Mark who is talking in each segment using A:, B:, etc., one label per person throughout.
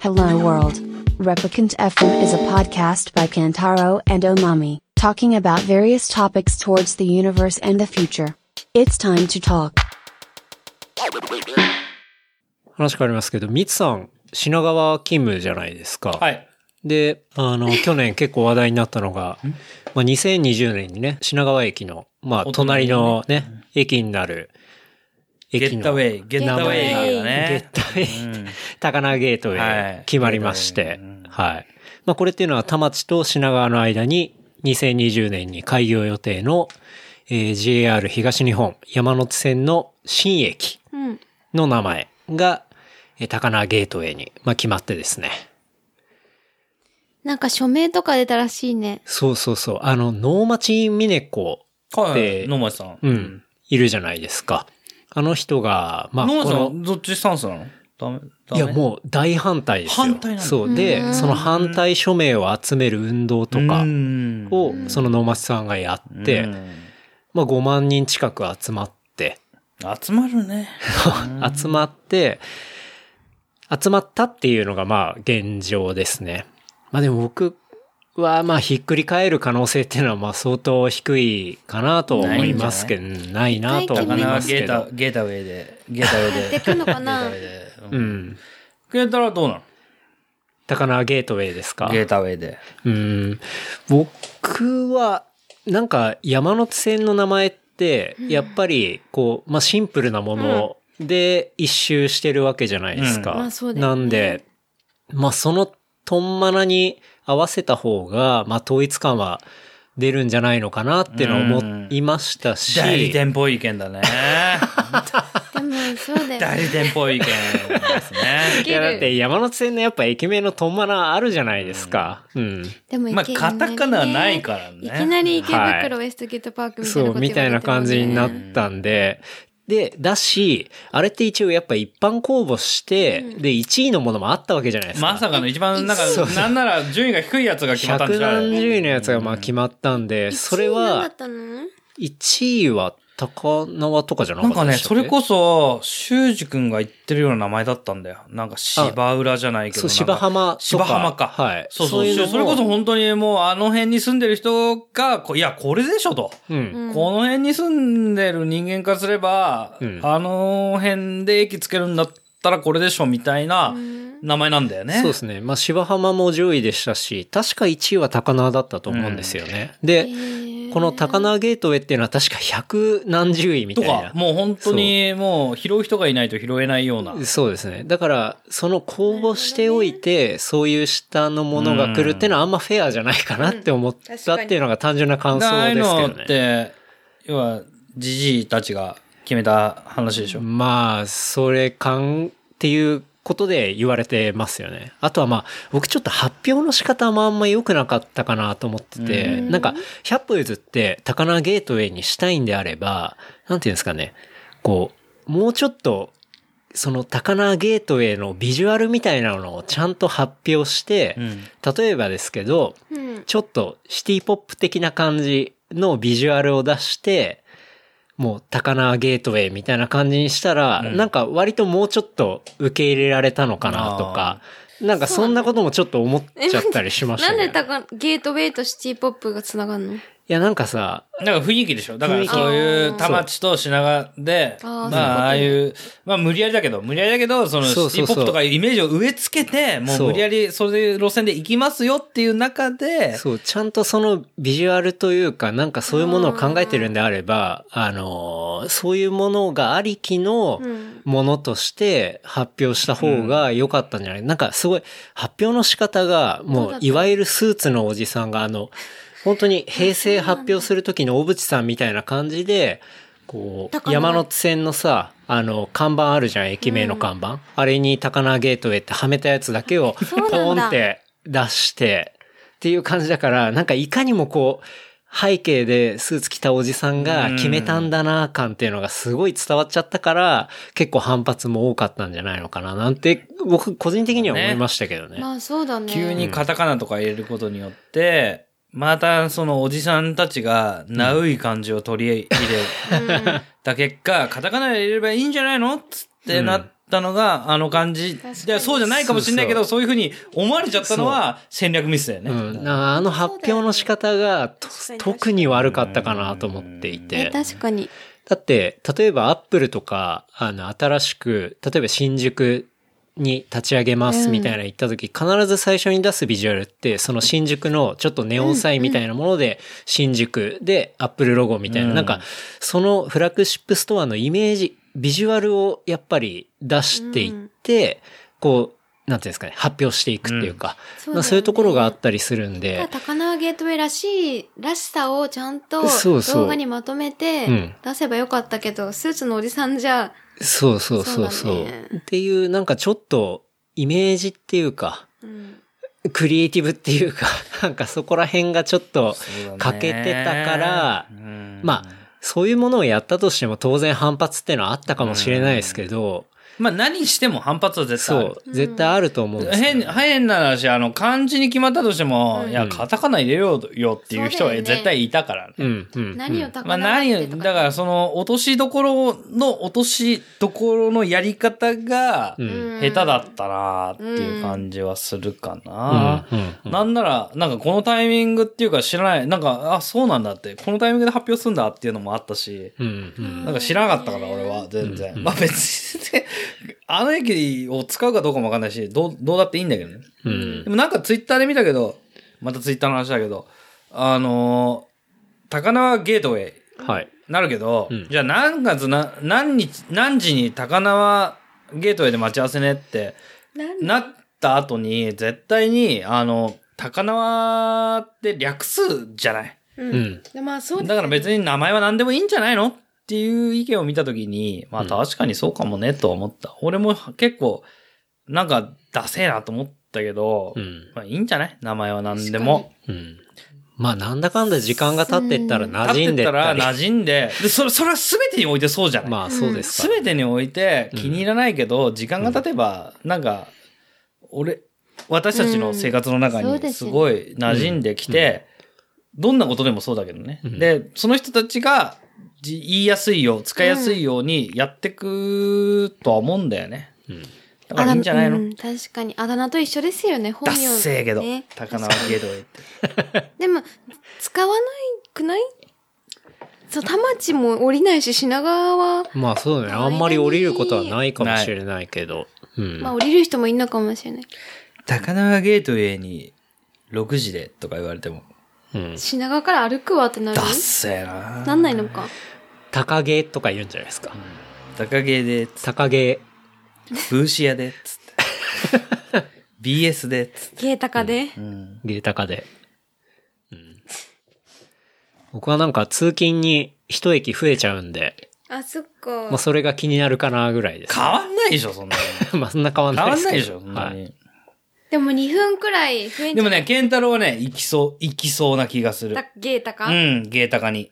A: Hello World. Replicant FM is a podcast by Kantaro and Omami, talking about various topics towards the universe and the future. It's time to talk.
B: 話変わりますけど、ミツさん、品川勤務じゃないですか。
C: はい。
B: で、あ の、去年結構話題になったのが、まあ、2020年にね、品川駅の、まあ、
C: お
B: 隣
C: 隣
B: の
C: の
B: ね、駅になる、
C: ゲ
B: 駅
C: ッ
B: の
C: タウェイ、ゲッタウェイだ
B: ゲ
C: ね
B: ッ。タウェイ、高輪ゲートウ
C: は
B: ェイ
C: い
B: 決まりまし
C: ゲ
B: て
C: ートウェイうん、
B: はい。まあ、これっていうのは田町と品川の間に、2020年に開業予定の、えー JR 東日本山手線の新駅。の名前が、えー高輪ゲートウェイに、まあ、決まってですね。
D: なんか署名とか出たらしいね。
B: そうそうそう。あの、能町みね子、
C: うんは
B: で
C: い。野町さん。
B: う。ん、いるじゃないですか。あの人が、まあ、
C: 野町
B: こ
C: さ
B: の、
C: ん、どっちスタンスなのダメダ
B: い
C: メ
B: や、もう大反対ですよ。
C: 反対なの
B: そう。
D: う
B: で、
D: ん
B: その反対署名を集める運動とか
C: うん
B: を、その能町さんがやって、
C: うん
B: まあ、5万人近く集まって、
C: 集まるね。
B: 集まって、集まったっていうのがまあ現状ですね。まあでも僕はまあひっくり返る可能性っていうのはまあ相当低いかなと思いますけど、うんないなと思い
C: 高
B: ま
C: 輪
B: す
C: ゲ
B: け
C: ータ
B: ど、。
C: ゲータウェイで、ゲータウェイで。
D: やってくのか
C: ゲ
D: な
C: ータウェイで。
B: う
C: うん
B: ん。
C: ゲータはどうな
B: 高輪ゲートウェイですか
C: のゲータウェイで。
B: うん。僕は、なんか山手線の名前って、やっぱりこう、まあシンプルなもので一周してるわけじゃないですか。
C: うん
D: まあそうだよね
B: なんで、まあそのとんまなに合わせた方が、まあ統一感は出るんじゃないのかなっていうのは思いましたし、
C: 代理店っぽい意見だね。
D: でも、そう だよ。
C: 代理店っぽい意見です
B: い
C: ね。
B: やだって山手線のやっぱ駅名のとんまなあるじゃないですか。うん。
D: でも、
C: まあ、
D: 池
C: カタカナはないから
D: いきな
C: ね。
D: り池袋、
B: はい
D: ウエストゲートパークみたいな
B: そ
D: こ
B: う、
D: と
B: みたいな感じになったんで、で、だし、あれって一応やっぱ一般公募して、で、1位のものもあったわけじゃないですか。
C: まさかの一番、なんか、なんなら順位が低いやつが決まったん
B: 百
C: じゃな
B: 何
C: い
B: 十位のやつがまあ決まったんで、それ
D: だ
B: は
D: っ、たの
B: 1位は高輪とかじゃな
C: な
B: かった
C: んかね、
B: でした
C: そ
B: っけ
C: れこそ、修二君が言ってるような名前だったんだよ。なんか、芝浦じゃないけ
B: そ
C: ど。
B: う、芝
C: なんか
B: 浜とか。
C: 芝浜か。
B: はい。
C: そうそう
B: い
C: そ
B: の
C: う
B: も
C: それこそ、本当にもうあの辺に住んでる人が、こいや、これでしょと。
B: うん。
C: この辺に住んでる人間からすれば、
B: うん
C: あの辺で駅つけるんだったらこれでしょみたいな名前なんだよね。
B: そうですね。まあ、芝浜も上位でしたし、確か1位は高輪だったと思うんですよね。で、この高輪ゲートウェイっていうのは確か百何十位みた
C: と
B: いな
C: か、。もう本当にもう拾う人がいないと拾えないような。
B: そうですね。だから、その公募しておいて、そういう下のものが来るっていうのはあんまフェアじゃないかなって思ったっていうのが単純な感
C: だからあ
B: 想
C: あいう
B: ですけ
C: の
B: ど
C: っ
B: ね。
C: て、要は、じじいたちが決めた話でしょ。
B: まあ、それ感っていうことで言われてますよね。あとはまあ、僕ちょっと発表の仕方もあんま良くなかったかなと思ってて、なんか、100歩譲って高輪ゲートウェイにしたいんであれば、なんていうんですかね、こう、もうちょっと、その高輪ゲートウェイのビジュアルみたいなのをちゃんと発表して、
C: うん。
B: 例えばですけど、
D: うん。
B: ちょっとシティポップ的な感じのビジュアルを出して、もう高輪ゲートウェイみたいな感じにしたら、
C: うん
B: なんか割ともうちょっと受け入れられたのかなとか、なんかそんなこともちょっと思っちゃったりしました
D: なん
B: ね。
D: で高、ゲートウェイとシティポップがつながんの
B: いやなんかさ、
C: なんか雰囲気でしょ。だか
B: 雰
C: ら
B: 囲気
C: そういう田町と品川で、
D: ああ
C: まあああ
D: そう
C: いう、まあ無理やりだけど、無理やりだけど、そのシ
B: そう
C: テ
B: そうそう
C: ィポップとかいうイメージを植え付けて、も
B: そう
C: う無理やりそういう路線で行きますよっていう中で、
B: そう、ちゃんとそのビジュアルというか、なんかそういうものを考えてるんであれば、あのー、そういうものがありきの
D: ん
B: ものとして発表した方が良かったんじゃない、なんかすごい、発表の仕方が、も
D: どうだ
B: う
D: っ、た
B: いわゆるスーツのおじさんが、あの、本当に平成発表する時の小渕さんみたいな感じで、こう、
D: 高輪
B: 山手線のさ、あの、看板あるじゃん、駅名の看板。あれに高輪ゲートウェイってはめたやつだけを、
D: そうなんだ
B: ポンって出して、っていう感じだから、なんかいかにもこう、背景でスーツ着たおじさんが決めたんだな感っていうのがすごい伝わっちゃったから、結構反発も多かったんじゃないのかななんて、僕個人的には思いましたけどね。
D: まあそうだね。
C: 急にカタカナとか入れることによって、またそのおじさんたちがナウい感じを取り入れた結果、カタカナ入れればいいんじゃないのつってなったのが、あの感じ。
D: 確かに
C: でそうじゃないかもしれないけど、そういうふうに思われちゃったのは戦略ミスだよね。
B: うん、なあの発表の仕方がと
E: そうだよね
B: 特に悪かったかなと思ってい
D: え
B: て。
D: 確かに。
B: だって、例えばアップルとか、あの、新しく、例えば新宿に立ち上げますみたいな言った時、必ず最初に出すビジュアルって、その新宿のちょっとネオンサインみたいなもので、新宿でアップルロゴみたいな、
C: うん
B: なんか、そのフラッグシップストアのイメージ、ビジュアルをやっぱり出していって、こう、なんていうんですかね、発表していくっていうか、
D: そ
B: まあ
D: うだよね
B: そういうところがあったりするん
D: ただ
B: で、
D: 高輪ゲートウェイらしい、らしさをちゃんと
B: そうそう
D: 動画にまとめ
B: う
D: て
B: ん
D: 出せばよかったけど、スーツのおじさんじゃ、
B: そうそうそうそう。
D: そうだね
B: っていう、なんかちょっと、イメージっていうか、
D: うん
B: クリエイティブっていうか、 なんかそこら辺がちょっと、欠けてたからま
C: あ、
B: そういうものをやったとしても当然反発ってのはあったかもしれないですけど、
C: まあ何しても反発は絶対ある
B: そう、絶対あると思うんですよ
C: 変、変な話、あの、漢字に決まったとしても、
D: うん
C: いや、カタカナ入れようよっていう人は
D: そうだよね
C: 絶対いたからね。
B: うん、うん。
D: 何を
B: うん
D: 高
C: まあ
D: 輪
C: 何
D: ゲー
C: よ
D: ト
C: り、
D: ウェイ
C: だ
D: と
C: か
D: か。
C: らその落としどころの落としどころのやり方が
B: う
C: 下
B: ん
C: 手だったなっていう感じはするかな。
B: うんうんうん
C: なんなら、なんかこのタイミングっていうか知らない、なんか、あ、そうなんだって、このタイミングで発表するんだっていうのもあったし、
B: うんうん
C: なんか知らなかったから、俺は、全然。まあ別に、あの駅を使うかどうかもわかんないし、どう、どうだっていいんだけどね。
B: うん
C: でもなんかツイッターで見たけど、またツイッターの話だけど、あのー高輪ゲートウェイ
B: はい。
C: なるけど、
B: うん
C: じゃあ何月な、何日、何時に高輪ゲートウェイで待ち合わせねって
D: なん
C: なった後に、絶対に、あの、高輪って略すじゃない。
E: うん
B: うん。
E: でまあそう
C: だから別に名前は何でもいいんじゃないのっていう意見を見たときに、まあ確かにそうかもねと思った。俺も結構、なんかダセえなと思ったけど、
B: うん。
C: まあいいんじゃない名前は何でも。
B: うん。まあなんだかんだ時間が経ってったら馴染んで
C: 立って
B: った
C: ら
B: たり。
C: 馴染んで、で、それ、それは全てにおいてそうじゃない
B: まあそうですか
C: 全てにおいて気に入らないけど、時間が経てば、なんか、俺、私たちの生活の中
D: うんそうで
C: に
D: す
C: す
D: よね
C: ごい馴染んできて、どんなことでもそうだけどね。
B: うん
C: で、その人たちがじ言いやすいよう、使いやすいようにやってくとは思うんだよね。
B: うん
C: だからいいんじゃないの、
D: あだうん確かに。あだ名と一緒ですよね、本
C: ダッ
D: 名。
C: セーけど、
D: ね
C: 高輪ゲートウェイって。
D: でも、使わないくないそう、田町も降りないし、品川は、
B: まあそうだね。あんまり降りることはないかもしれないけど。うん
D: まあ降りる人もいんのかもしれない。
C: 高輪ゲートウェイに6時でとか言われても、
B: うん。
D: 品川から歩くわってなる
C: ダッセーな
D: なんないのか。
B: 高毛とか言うんじゃないですか。
C: 高芸で、つ
B: 高毛。
C: ブーシアで、つって。BS で、つって。
D: ゲータカで。
C: うん。
B: ゲータカで。うん僕はなんか通勤に一駅増えちゃうんで、
D: あ、そっ
B: まあ
D: か。
B: それが気になるかなぐらいです。
C: 変わんないでしょ、そんなの。
B: まあそんな変わん
C: 変
B: ない
C: わ
B: で
C: ん
B: す
C: な
B: け
C: いで
B: ど
C: しょ、そんな
B: はい
C: に。
D: でも2分くらい増えん
C: で
D: じゃ
C: も
D: な
C: ね、
D: い
C: ケンタロウはね、行きそう、行きそうな気がする。
D: たゲータカ、
C: うん、ゲータカに。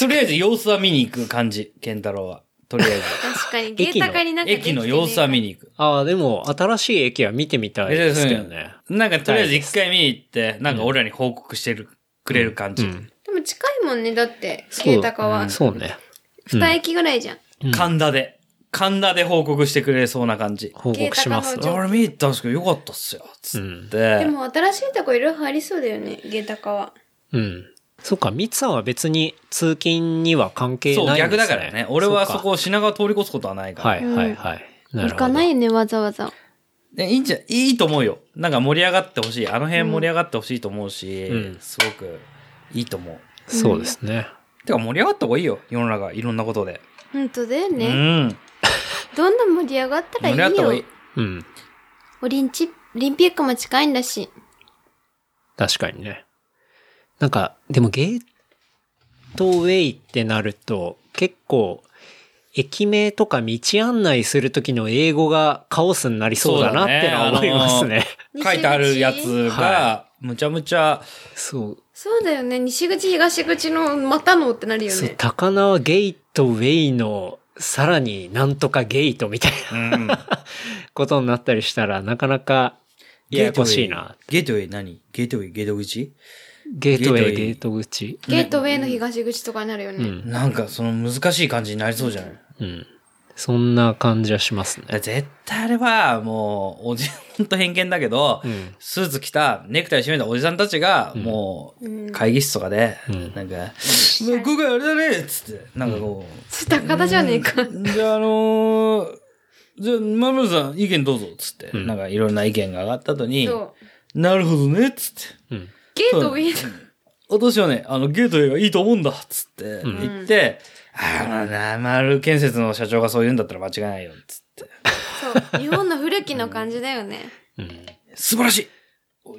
C: とりあえず様子は見に行く感じ、ケンタロウは。とりあえず。
D: 確かに。ゲータカに なんかできて
C: 駅
D: ね
C: の様子は見に行く。
B: ああ、でも新しい駅は見てみたいですけどね。
C: なんかとりあえず一回見に行って、なんか俺らに報告してる、くれる感じ。
B: うん
D: でも近いもんね、だって。
B: そう
D: ゲータカは。
B: そうね。
D: 2駅ぐらいじゃん。
C: 神田で。神田で報告してくれそうな感じ。
B: 報告します
D: ゲータカの
C: あれ見に行ったんですけどよかったっすよ。つって。
D: でも新しいとこいろいろ入りそうだよね、ゲータカは。
B: うん。そっか、ミツさんは別に通勤には関係
C: そう、
B: ないんですね。
C: 逆だからね。俺は
B: っ
C: そ
B: か
C: こを品川通り越すことはないから。
B: はいはいはい。なるほど
D: 行かないよね、わざわざ。
C: でいいんじゃ、いいと思うよ。なんか盛り上がってほしい。あの辺盛り上がってほしいと思うし、
B: うん
C: すごくいいと思う。
B: そうですね。
C: てか盛り上がった方がいいよ。世の中、いろんなことで。
D: 本当だよ
C: う
D: ね。
C: ん。
D: どんどん盛り上がった
C: 盛
D: ら
C: り
D: いい
C: 上がった方がい
D: よ
C: い。。
B: うん。
D: オリンチ、オリンピックも近いんだし。
B: 確かにね。なんか、でもゲートウェイってなると、結構、駅名とか道案内するときの英語がカオスになりそうだなってのは思いますね。
C: 書いてあるやつが
B: は、
C: むちゃむちゃ、
B: そう。
D: そうだよね。西口、東口の、またのってなるよ
B: そう
D: ね。
B: 高輪ゲートウェイの、さらになんとかゲートみたいな
C: うん。
B: ことになったりしたら、なかなか、ややこしいな。
C: ゲートウェイ何ゲートウェイ、ゲートウェイ口
B: ゲートウェイ、
C: ゲ
B: ゲー
C: ー
B: ト口。
D: ゲートウェイの東口とかになるよ
B: う
D: ね。
B: ん。
C: なんかその難しい感じになりそうじゃない
B: うん。そんな感じはしますね。
C: 絶対あれは、もう、おじ、ほんと偏見だけど、
B: うん。
C: スーツ着た、ネクタイ締めたおじさんたちが、
B: うん
C: も
D: う
C: う、
D: ん
C: 会議室とかで、
B: うん
C: なんか、もうここあれだねっつって、なんかこ
D: 高田じゃねえか。
C: う、じゃああのーじゃあ、マムさん、意見どうぞ、つって、
B: うん
C: なんかいろんな意見が上がった後に、
D: そう。
C: なるほどね、つって、
B: うん。
D: ゲートウェイだ。
C: 私はね、あの、ゲートウェイがいいと思うんだ、つって、
B: ん
C: 言って、ああ、なる建設の社長がそう言うんだったら間違いないよ、つって。
D: そう。日本の古きの感じだよね。
B: うん。
C: 素晴らしい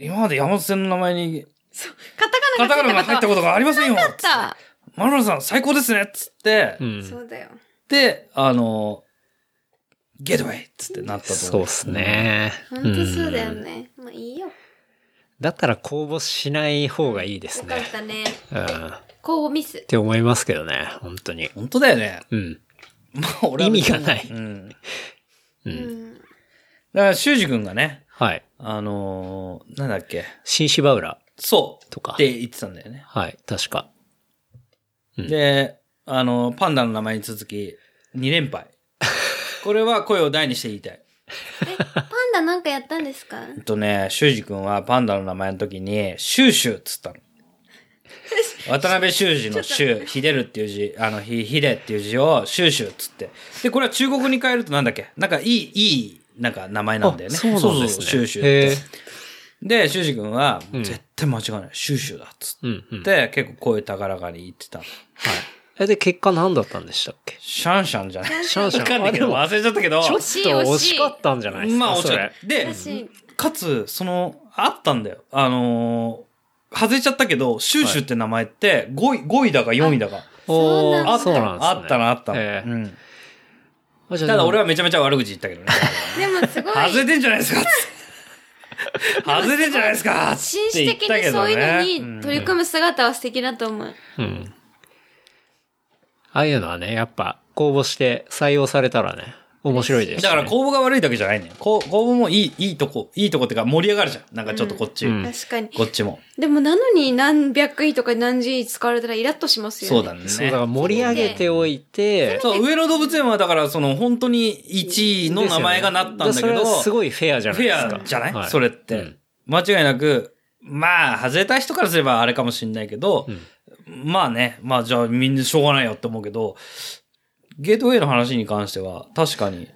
C: 今まで山手線の名前に、
D: カタカ
C: カタカ
D: ナ
C: ナ
D: が
C: が
D: ついた
C: 入ったこ
D: こと
C: とがありませんよ
D: なかっ
C: つって
D: た。
C: マルマルさん、最高ですねっつって、
B: うん
D: そうだよ。
C: で、あの、ゲートウェイっつってなったと
B: そうっす。ね。
D: 本当そうだよ
B: ん
D: ね。まあいいよ。
B: だったら公募しない方がいいです
D: よかっ
B: ね。
D: たね。
B: うん。っ
D: こうミス。
B: て思いますけどね、本当に。
C: 本当だよね。
B: うん。
C: まあ、俺は
B: 意味がない
C: うん。だ
B: う。
D: うんん。
C: から、修二君がね、
B: はい。
C: あのーなんだっけ、
B: 新芝浦
C: そう。
B: とか
C: って言ってたんだよね。
B: はい、確か。うん
C: で、あの、パンダの名前に続き、2連 敗。これは声を大にして言いたい。
D: え、パンダなんかやったんですか
C: えっとね、修二君はパンダの名前の時に、シューシューっつ ったの。渡辺修二の修、ひでるっていう字、あの、ひ、ひでっていう字を、シューシューっつって。で、これは中国に変えるとなんだっけなんかいい、いい、なんか名前なんだよね。
B: あそうなんですね
C: シューシュ
B: へ
C: ー
B: え
C: って。で、修二君は、
B: うん
C: 絶対間違いない。シューシューだっつ
B: うん、うん。
C: っ
B: はい。
C: て、結構声高らかに言ってたの。
B: え、で、結果何だったんでしたっけ
C: シャンシャンじゃない
B: シャンシャン。
C: わかんないけど、
B: あ
C: 忘れちゃったけど。
B: でも
D: 惜
B: ち
D: し
B: ょっ
D: い
B: と惜
D: 惜し
B: し
D: い
B: かったんじゃないですか。
C: まあ、落ち
B: そ
C: た
B: れ。
C: で、
D: 私、
C: かつ、その、あったんだよ。あのー外れちゃったけど、シューシュって名前って、5位、5位だか4位だか。
D: そうなんだ
B: おーそうなんですね。
C: あったな、あったな。
B: ええ
C: うん。
B: あじゃ
C: た
B: あ
C: だ俺はめちゃめちゃ悪口言ったけどね。
D: でもすごい、
C: 外れてんじゃないですかつって外れてんじゃないですかって
D: 紳士
C: 言っ
D: 的
C: た
D: に
C: けど
D: そうい
C: ね
D: うのに取り組む姿は素敵だと思う。
B: うん。ああいうのはね、やっぱ公募して採用されたらね、面白いです、ね。
C: だから公募が悪いだけじゃないね。公公募もいい、いいとこ、いいとこってか盛り上がるじゃん。なんかちょっとこっち、
B: うん
D: 確かに。
C: こっちも。
D: でもなのに何百位とか何十位使われたらイラッとしますよね。
C: そうだね。
B: そう、だから盛り上げておいて、
C: そう、上野動物園はだから、その本当に1位の名前がなったんだけ
B: それは
C: ど、
B: す
C: フ
B: ごいフェアじゃないで
C: ェ
B: すか。
C: アじゃない、
B: はい
C: それって、
B: うん
C: 間違いなく、まあ、外れた人からすればあれかもしれないけど、
B: うん
C: まあね、まあじゃあみんなしょうがないよって思うけど、ゲートウェイの話に関しては、確かに、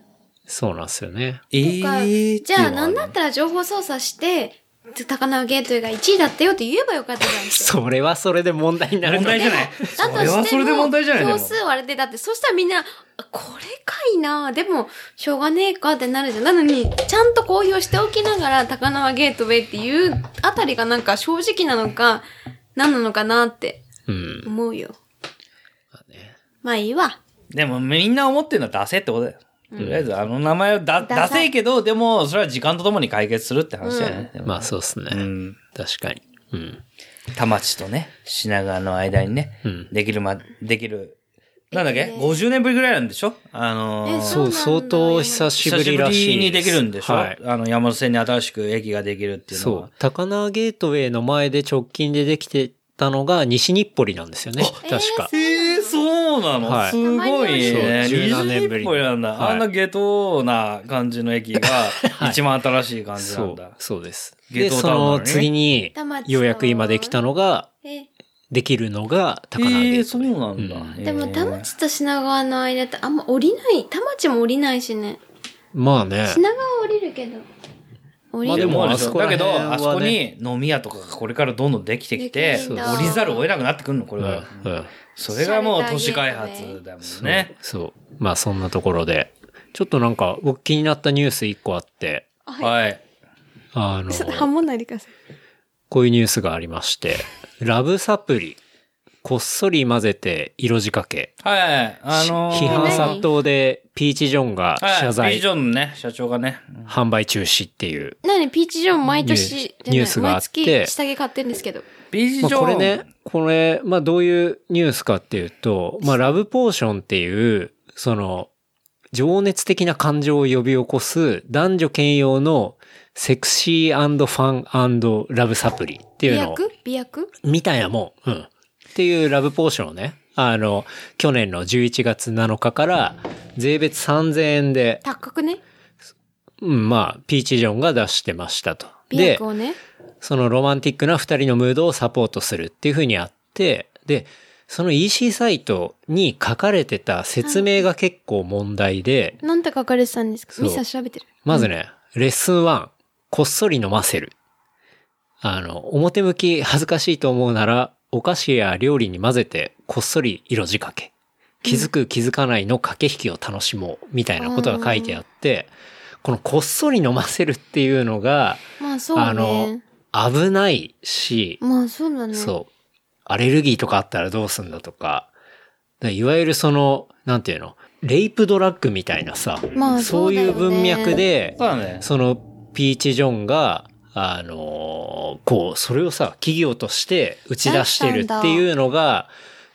B: そうなんですよね。
C: え
D: とか
C: ーって
D: じ
C: いうの
D: ゃ
C: はね
D: あなんだったら情報操作して、高輪ゲートウェイが1位だったよって言えばよかったじゃんって。
B: それはそれで問題になる
C: 問題じゃ
D: で
C: な
D: も
C: い。そ
D: だと
C: れは
D: して
C: それで問題じゃないで
D: も、
C: も
D: 票数割れて、だって、そしたらみんな、あこれかいなでも、しょうがねえかってなるじゃん。なのに、ちゃんと公表しておきながら、高輪ゲートウェイっていうあたりがなんか正直なのか、何なのかなって
B: うん。
D: 思うよ。まあいいわ。
C: でもみんな思ってるのはダセってことだよ。とりあえず、あの名前をだ、
D: ダ
C: ダ
D: サい
C: セいけど、でも、それは時間とともに解決するって話だよね。でも
B: まあそうですね。
C: うん
B: 確かに。うん。
C: 田町とね、品川の間にね、
B: うん
C: できるま、できる、なんだっけ、?50 年ぶりぐらいなんでしょあのー
D: えそ
B: そう
D: なん
B: う、
D: だ
B: 相当久しぶりらしいす。
C: 久にできるんでしょ、
B: はい。
C: あの、山手線に新しく駅ができるっていうの
B: そ
C: は
B: う。。高輪ゲートウェイの前で直近でできてたのが西日暮里なんですよね。確か。
C: えー、そうなの、
B: はい
C: すごいね。
B: そう17年ぶり
C: 20歩なんだ、
B: はい
C: あんな下等な感じの駅が、
B: い
C: 一番新しい感じな
B: そ
C: んだ
B: う。、そうです。
C: ゲ
B: で、
C: ート
B: そ
C: タウンなのに
B: の次に
D: 田町、の
B: ようやく今できたのが、
D: え、
B: できるのが
C: え
B: 高輪ゲ
C: ー、
B: ー
C: そ
B: ト
C: う
B: ウェイ。
C: なんだ。
B: うん
C: えー
D: でも、田町と品川の間ってあんま降りない、田町も降りないしね。
B: まあね。
D: 品川は降りるけど。降り
B: まあ
C: で
B: で
D: る。
B: も
C: も
B: あそこ
C: だ
B: ら
C: け
B: 辺はね
C: ど、あそこに飲み屋とかがこれからどんどんできてきて、
D: でき
C: 降
D: る
B: んだ
C: りざるを得なくなってくるの、こ
B: う
C: れ
B: ん。
C: が。
B: うん。
C: それがもう都市開発だもんね。
B: そう。まあそんなところで。ちょっとなんか、僕気になったニュース一個あって、
C: はい。
B: あの、
D: ちょっとハモんないでください。
B: こういうニュースがありま して、ラブサプリ、こっそり混ぜて色仕掛け。
C: はい。あのー、
B: 批判殺到でピーチ・ジョンが
C: はい。
B: 謝
C: ビ
B: 罪、
C: ジョンのね、社長がね。
B: 販売中止っていう。
D: なに、ピーチジョン毎
B: ニュ
D: 年
B: ー、スニュースがあって
D: 毎月下着買ってるんですけど。
C: ビジ
B: ま
C: ョン。
B: あ、これね、これ、まあどういうニュースかっていうと、まあラブポーションっていう、その、情熱的な感情を呼び起こす男女兼用のセクシーファンラブサプリって
D: 美
B: いうのを
D: 薬美薬
B: みたいなもん。うん。っていうラブポーションをね、あの、去年の11月7日から税別3000円で、
D: 高くね。
B: うん、まあ、ピーチジョンが出してましたと。
D: 美
B: で
D: 薬、をね。
B: そのロマンティックな二人のムードをサポートするっていう風にあって、で、その EC サイトに書かれてた説明が結構問題で、
D: なんて書かれてたんですか
B: そう
D: ミサ調べてる。
B: まずね、レッスン1、こっそり飲ませる。あの、表向き恥ずかしいと思うなら、お菓子や料理に混ぜて、こっそり色仕掛け。気づく気づかないの駆け引きを楽しもう、みたいなことが書いてあって、このこっそり飲ませるっていうのが、
D: まあそう
B: あの
D: ね。、
B: 危ないし、
D: まあそうだね。
B: そう。アレルギーとかあったらどうすんだとか、だいわゆるその、なんていうの、レイプドラッグみたいなさ、
D: まあ
B: そういう
D: そうだよ
B: 文
D: ね
B: 脈で、
C: そうだね。
B: そのピーチ・ジョンが、あのーこう、それをさ、企業として打ち出してるっていうのが、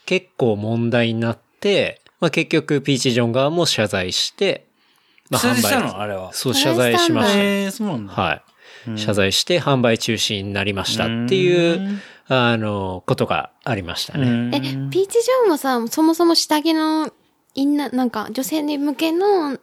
B: 結構問題になって、まあ結局、ピーチ・ジョン側も謝罪して、まあ
C: 通じたのあれは。
B: そう、謝罪しま
D: 謝罪したん
B: し
C: えー、そうなん
B: た。
C: だ。
B: はい。
C: うん
B: 謝罪して販売中止になりましたっていう、あの、ことがありましたね。
D: え、ピーチジョンはさ、そもそも下着のインナー、なんか女性に向けの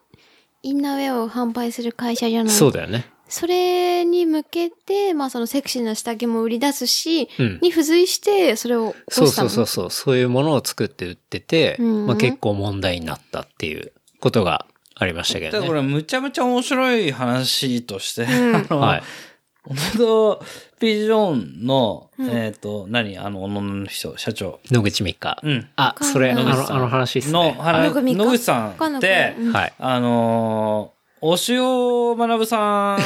D: インナーウェアを販売する会社じゃない
B: そうだよね。
D: それに向けて、まあそのセクシーな下着も売り出すし、
B: うん
D: に付随してそれを起
B: そ
D: こ
B: う
D: した
B: そう
D: の
B: そうそう。そういうものを作って売ってて、
D: うん
B: まあ、結構問題になったっていうことがありましたけ
C: だか
B: ど
C: ら
B: ね
C: こ。れむちゃむちゃ面白い話として、
D: ん
C: あの、
B: はい。
C: 本当ピーチ・ジョンの、えっ、と、何あの、女の人、社長。
B: 野口美香。
C: うん。
B: あ、それ、あ
D: 野
C: 口
B: の、
C: さん
B: あの話です
C: の、
B: ね。は
C: は
D: 野口
C: い
D: 美香
C: 野口さ
D: わかん
C: ん
D: な
C: っ
D: くない
C: て、
D: うん
B: い。はい。
C: あのー、お塩学さ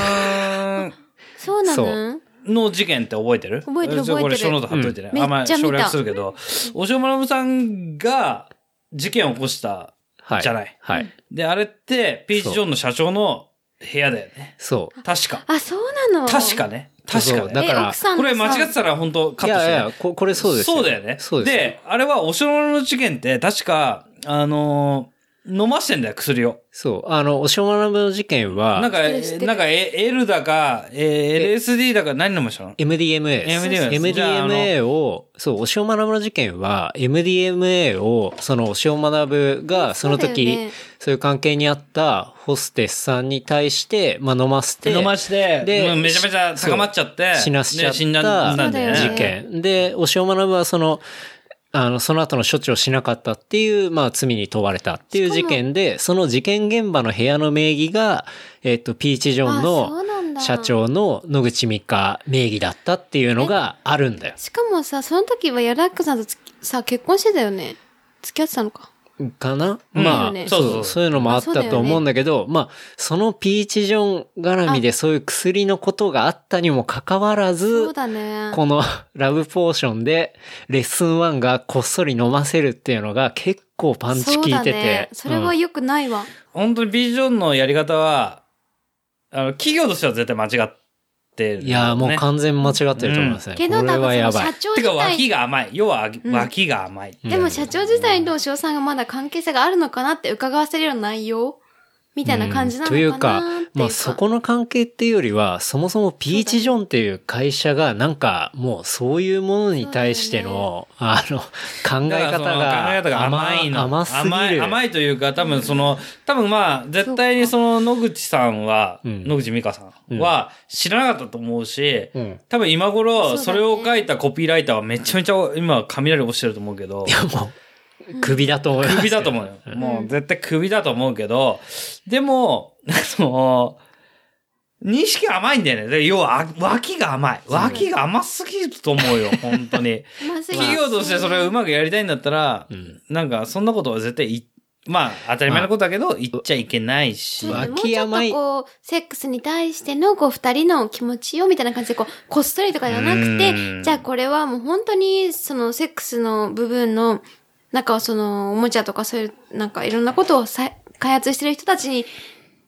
C: ん
D: そうな
B: そ
D: の
C: の事件って覚えてる
D: 覚えてる
C: ちょっとこれ
D: 覚えてる
C: 書ノート貼っといてね。
D: うん
C: あんま
D: めっ
C: り
D: ちゃ見た
C: 省略するけど、お塩学さんが事件を起こした。
B: は
C: じゃない
B: はい。
C: で、あれって、ピーチ・ジョンの社長の部屋だよね。
B: そう。
C: 確か。
D: あ、そうなの
C: 確かね。確か
B: そう
C: ね。
B: だから
D: え奥さん
C: こ
D: のさ
C: れ間違ってたら本当カ
B: い
C: ットして、
B: や
C: ね。
B: いや、ここれそうですよ。
C: そうだよね。
B: そうですよ。
C: で、あれはお城の事件って確か、あのー飲ましてんだよ、薬を。
B: そう。あの、おしょまなぶの事件
C: なん
B: は、
C: か、
D: 知ってる知ってる
C: なんか、え L だか、えー LSD だか何飲ましたの
B: MDMA です。
C: MDMA ですじゃああの
B: MDMA を、そう、お塩学の事件は、MDMA を、そのお塩学が、その時、そ
D: そ
B: うう,、
D: だよね
B: いう関係にあったホステスさんに対して、まあ、飲ませて、
C: 飲まして、
B: で
C: うんめちゃめちゃ高まっちゃって、
B: 死なせちゃっ
C: で死んだん
B: た
C: だ
B: 事
C: んだよね。
D: そうだよね
B: 件。で、お塩学は、その、あの、その後の処置をしなかったっていう、まあ、罪に問われたっていう
D: しか
B: 事
D: も
B: 件で、その事件現場の部屋の名義が、えっ、と、ピーチ・ジョン
D: あ
B: の
D: そうなんだ
B: 社長の野口美香名義だったっていうのがあるんだよ。
D: しかもさ、その時はヤラックさんとつきさ、結婚してたよね。付き合ってたのか。
B: かな、
C: うん
B: まあ、
D: ね
B: そう
C: そう
B: そ
C: そう
B: う、そういうのもあっ
D: まあそうだ
B: た
D: よね
B: と思うんだけど、まあ、そのピーチジョン絡みでそういう薬のことがあったにもかかわら
D: そう
B: ず、
D: だ ね。
B: このラブポーションでレッスン1がこっそり飲ませるっていうのが結構パンチ効いて
D: そうだ
B: て。
D: ね。それ
B: う
D: は
B: ん
D: 良くないわ。
C: 本当にビジョンのやり方は、あの、企業としては絶対間違ってる、
B: いやーもう完全間違ってると思いますね。
D: けど、
B: これ
D: 多
B: は
D: 分
B: や
D: そ
B: ば
D: の
B: い
D: 社。長
C: て
D: 自
C: か、
D: 体
C: 脇が甘い。要は
D: う、ん
C: 脇が甘い。
D: でも社長自体と塩さんがまだ関係性があるのかなって伺わせるような内容みたいな感じなのかなっていうか。
B: うんというか、まあそこの関係っていうよりは、そもそもピーチジョンっていう会社がなんかもうそういうものに対しての、あの、考え方が
C: だからその考え方が甘いの。
B: 甘すぎる。
C: 甘い、甘いというか、多分その、多分まあ、絶対にその野口さんは、
B: うん
C: 野口美香さんは知らなかったと思うし、
B: うん。い
C: 多分今頃、
D: そ
C: そう
D: だね
C: れを書いたコピーライターはめちゃめちゃ今、雷落ちてると思う けど、
B: やもう、首だと思います。
C: 首だと思うよ。もう絶対首だと思うけど、でも、 あの、認識甘いんだよね。で要は、あ脇が甘い。脇が甘すぎると思 うよ、本当に。企業としてそれをうまくやりたいんだったら、
B: ん
C: なんかそんなことは絶対い、まあ当たり前のことだけど、言っちゃいけないし。
B: まあ
D: もうちょっとこう、セックスに対してのこう二人の気持ちをみたいな感じでこう、こっそりとかじゃなく
C: う
D: て、
C: ん
D: じゃあこれはもう本当にそのセックスの部分の、なんかそのおもちゃとかそういう、なんかいろんなことをさ開発してる人たちに、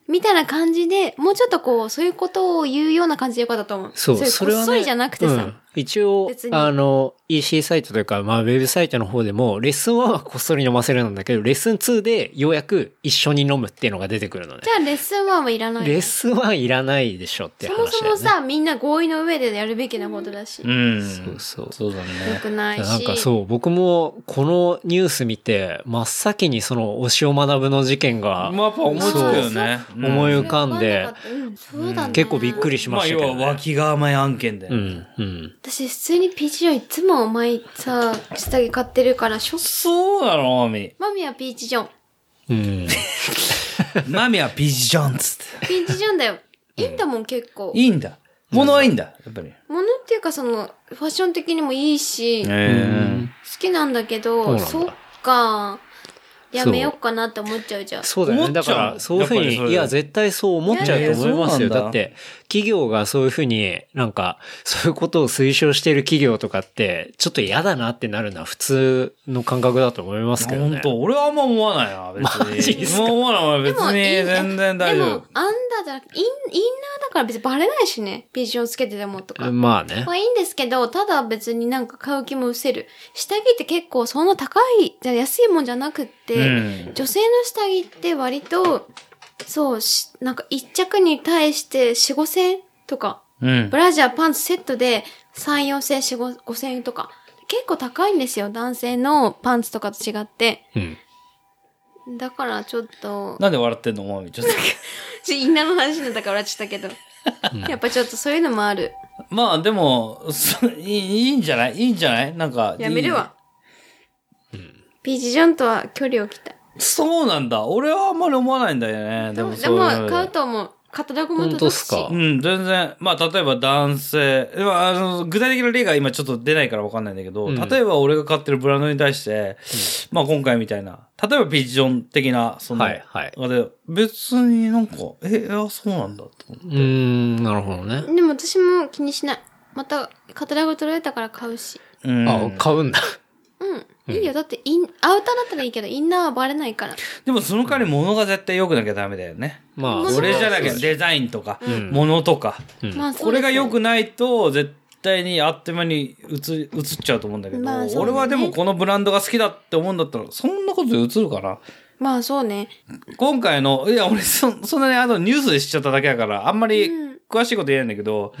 D: みたいな感じで、もうちょっとこう、そういうことを言うような感じでよかったと思う。
B: そう、
D: い
B: それは、
D: こ
B: ね。
D: っそりじゃなくてさ。
B: うん一応
D: 別、に
B: あの、EC サイトというか、まあ、ウェブサイトの方でも、レッスン1はこっそり飲ませるんだけど、レッスン2でようやく一緒に飲むっていうのが出てくるのね
D: じ。ゃあレッスン1はいらない
B: レッスン1いらないでしょって
D: そ
B: 話だよ
D: も
B: ね。
D: そもさ、みんな合意の上でやるべきなことだし。
C: う
D: よ
C: ん。
B: そうそう
C: そうだね。
D: くないし。
B: なんかそう、僕もこのニュース見て、真っ先にその推しを学ぶの事件が、
C: まあやっぱ思いつくよね。うん
B: 思い浮
D: わ
B: か
D: か
B: ん
D: ん
B: で
D: なかった。うん、そうだね。
B: 結構びっくりしま
C: まあ
B: した
C: 要
B: けど、
C: は
B: ね。
C: 脇構え案件で。
B: うん、うん。
D: 私、普通に p チジョンいつもお前さ、下着買ってるから、ショック。
C: そうなのマ ミ。
D: マミはピーチジョン。
B: うん。
C: マミはピジョンっつって。
D: ピーチジョンだよ。いいんだもん、結構。
C: いいんだ。物はいいんだ。やっぱり。
D: ものっていうか、その、ファッション的にもいいし、好
C: え
D: きなんだけ
B: そう
D: ど、
B: なんだ
D: そっか。やめようかなって思っちゃうじゃん。
B: そうだよ
C: 思
B: ね。
C: っちゃ
B: だ
C: う
B: から、そういうふう
C: やっぱりそれ
B: に、いや、絶対そう思っちゃうと思います
C: えーそうなん
B: よ。
C: だ
B: だって、企業がそういうふうになんか、そういうことを推奨している企業とかって、ちょっと嫌だなってなるのは普通の感覚だと思いますけど
C: 本
B: ね。
C: 当俺はあんま思わないな、別に。
B: マジっすか
C: もう思わない思わない、
D: で
C: 別
D: も
C: に
D: いいね
C: 全然大丈
D: でも
C: 夫。、
D: アンダーじゃなくて、イン、インナーだから別にバレないしね。ピーチジョンつけててもとか。
B: まあね
D: ま。あいいんですけど、ただ別になんか買う気も失せる。下着って結構そんな高い、じゃ安いもんじゃなくっ
C: うん
D: て、女性の下着って割と、そうし、なんか一着に対して4、5千円とか、
C: うん
D: ブ。ラジャー、パンツセットで3、4千円、4、5千円とか。結構高いんですよ、男性のパンツとかと違って。
B: うん。
D: だからちょっと、
C: なんで笑ってんのマミ。ちょっと。
D: ちょインナーの話になったから笑っちゃったけど。やっぱちょっとそういうのもある。
C: まあでも、そいいいいんじゃないいいんじゃないなんか。
D: やめる
C: いい
D: わ。ピーチジョンとは距離を置きたい。
C: そうなんだ。俺はあんまり思わないんだよね。で
D: でも
C: もそういうので
D: 買うと思う。カタログも届くし。
B: 本当っすか
C: うん、全然。まあ、例えば男性。まあ、あの、具体的な例が今ちょっと出ないからわかんないんだけど、
B: うん
C: 例えば俺が買ってるブランドに対して、まあ今回みたいな、例えばピジョン的な、その、
B: はいはい
C: で別になんか、え、あ、そうなんだって思う
B: うーん、なるほどね。
D: でも私も気にしない。また、カタログ取られたから買うし。
C: うん、
B: あ、買うんだ。
D: うん。いいよ。だって、イン、アウターだったらいいけど、インナーはバレないから。
C: でもその代わり物が絶対良くなきゃダメだよね。
B: まあ、
D: まあ
B: それ
C: 俺
B: は
C: じゃなきゃデザインとか、
B: ん
C: 物とか、
B: うん
D: まあ、そうです
C: これが良くないと絶対にあっという間に移り移っちゃうと思うんだけど、
D: まあそうだね
C: 俺はでもこのブランドが好きだって思うんだったら、そんなことで移るかな。
D: まあ、そうね。
C: 今回の、いや、俺そ、そんなにあのニュースで知っちゃっただけだから、あんまり
D: うん
C: 詳しいこと言えないんだけど、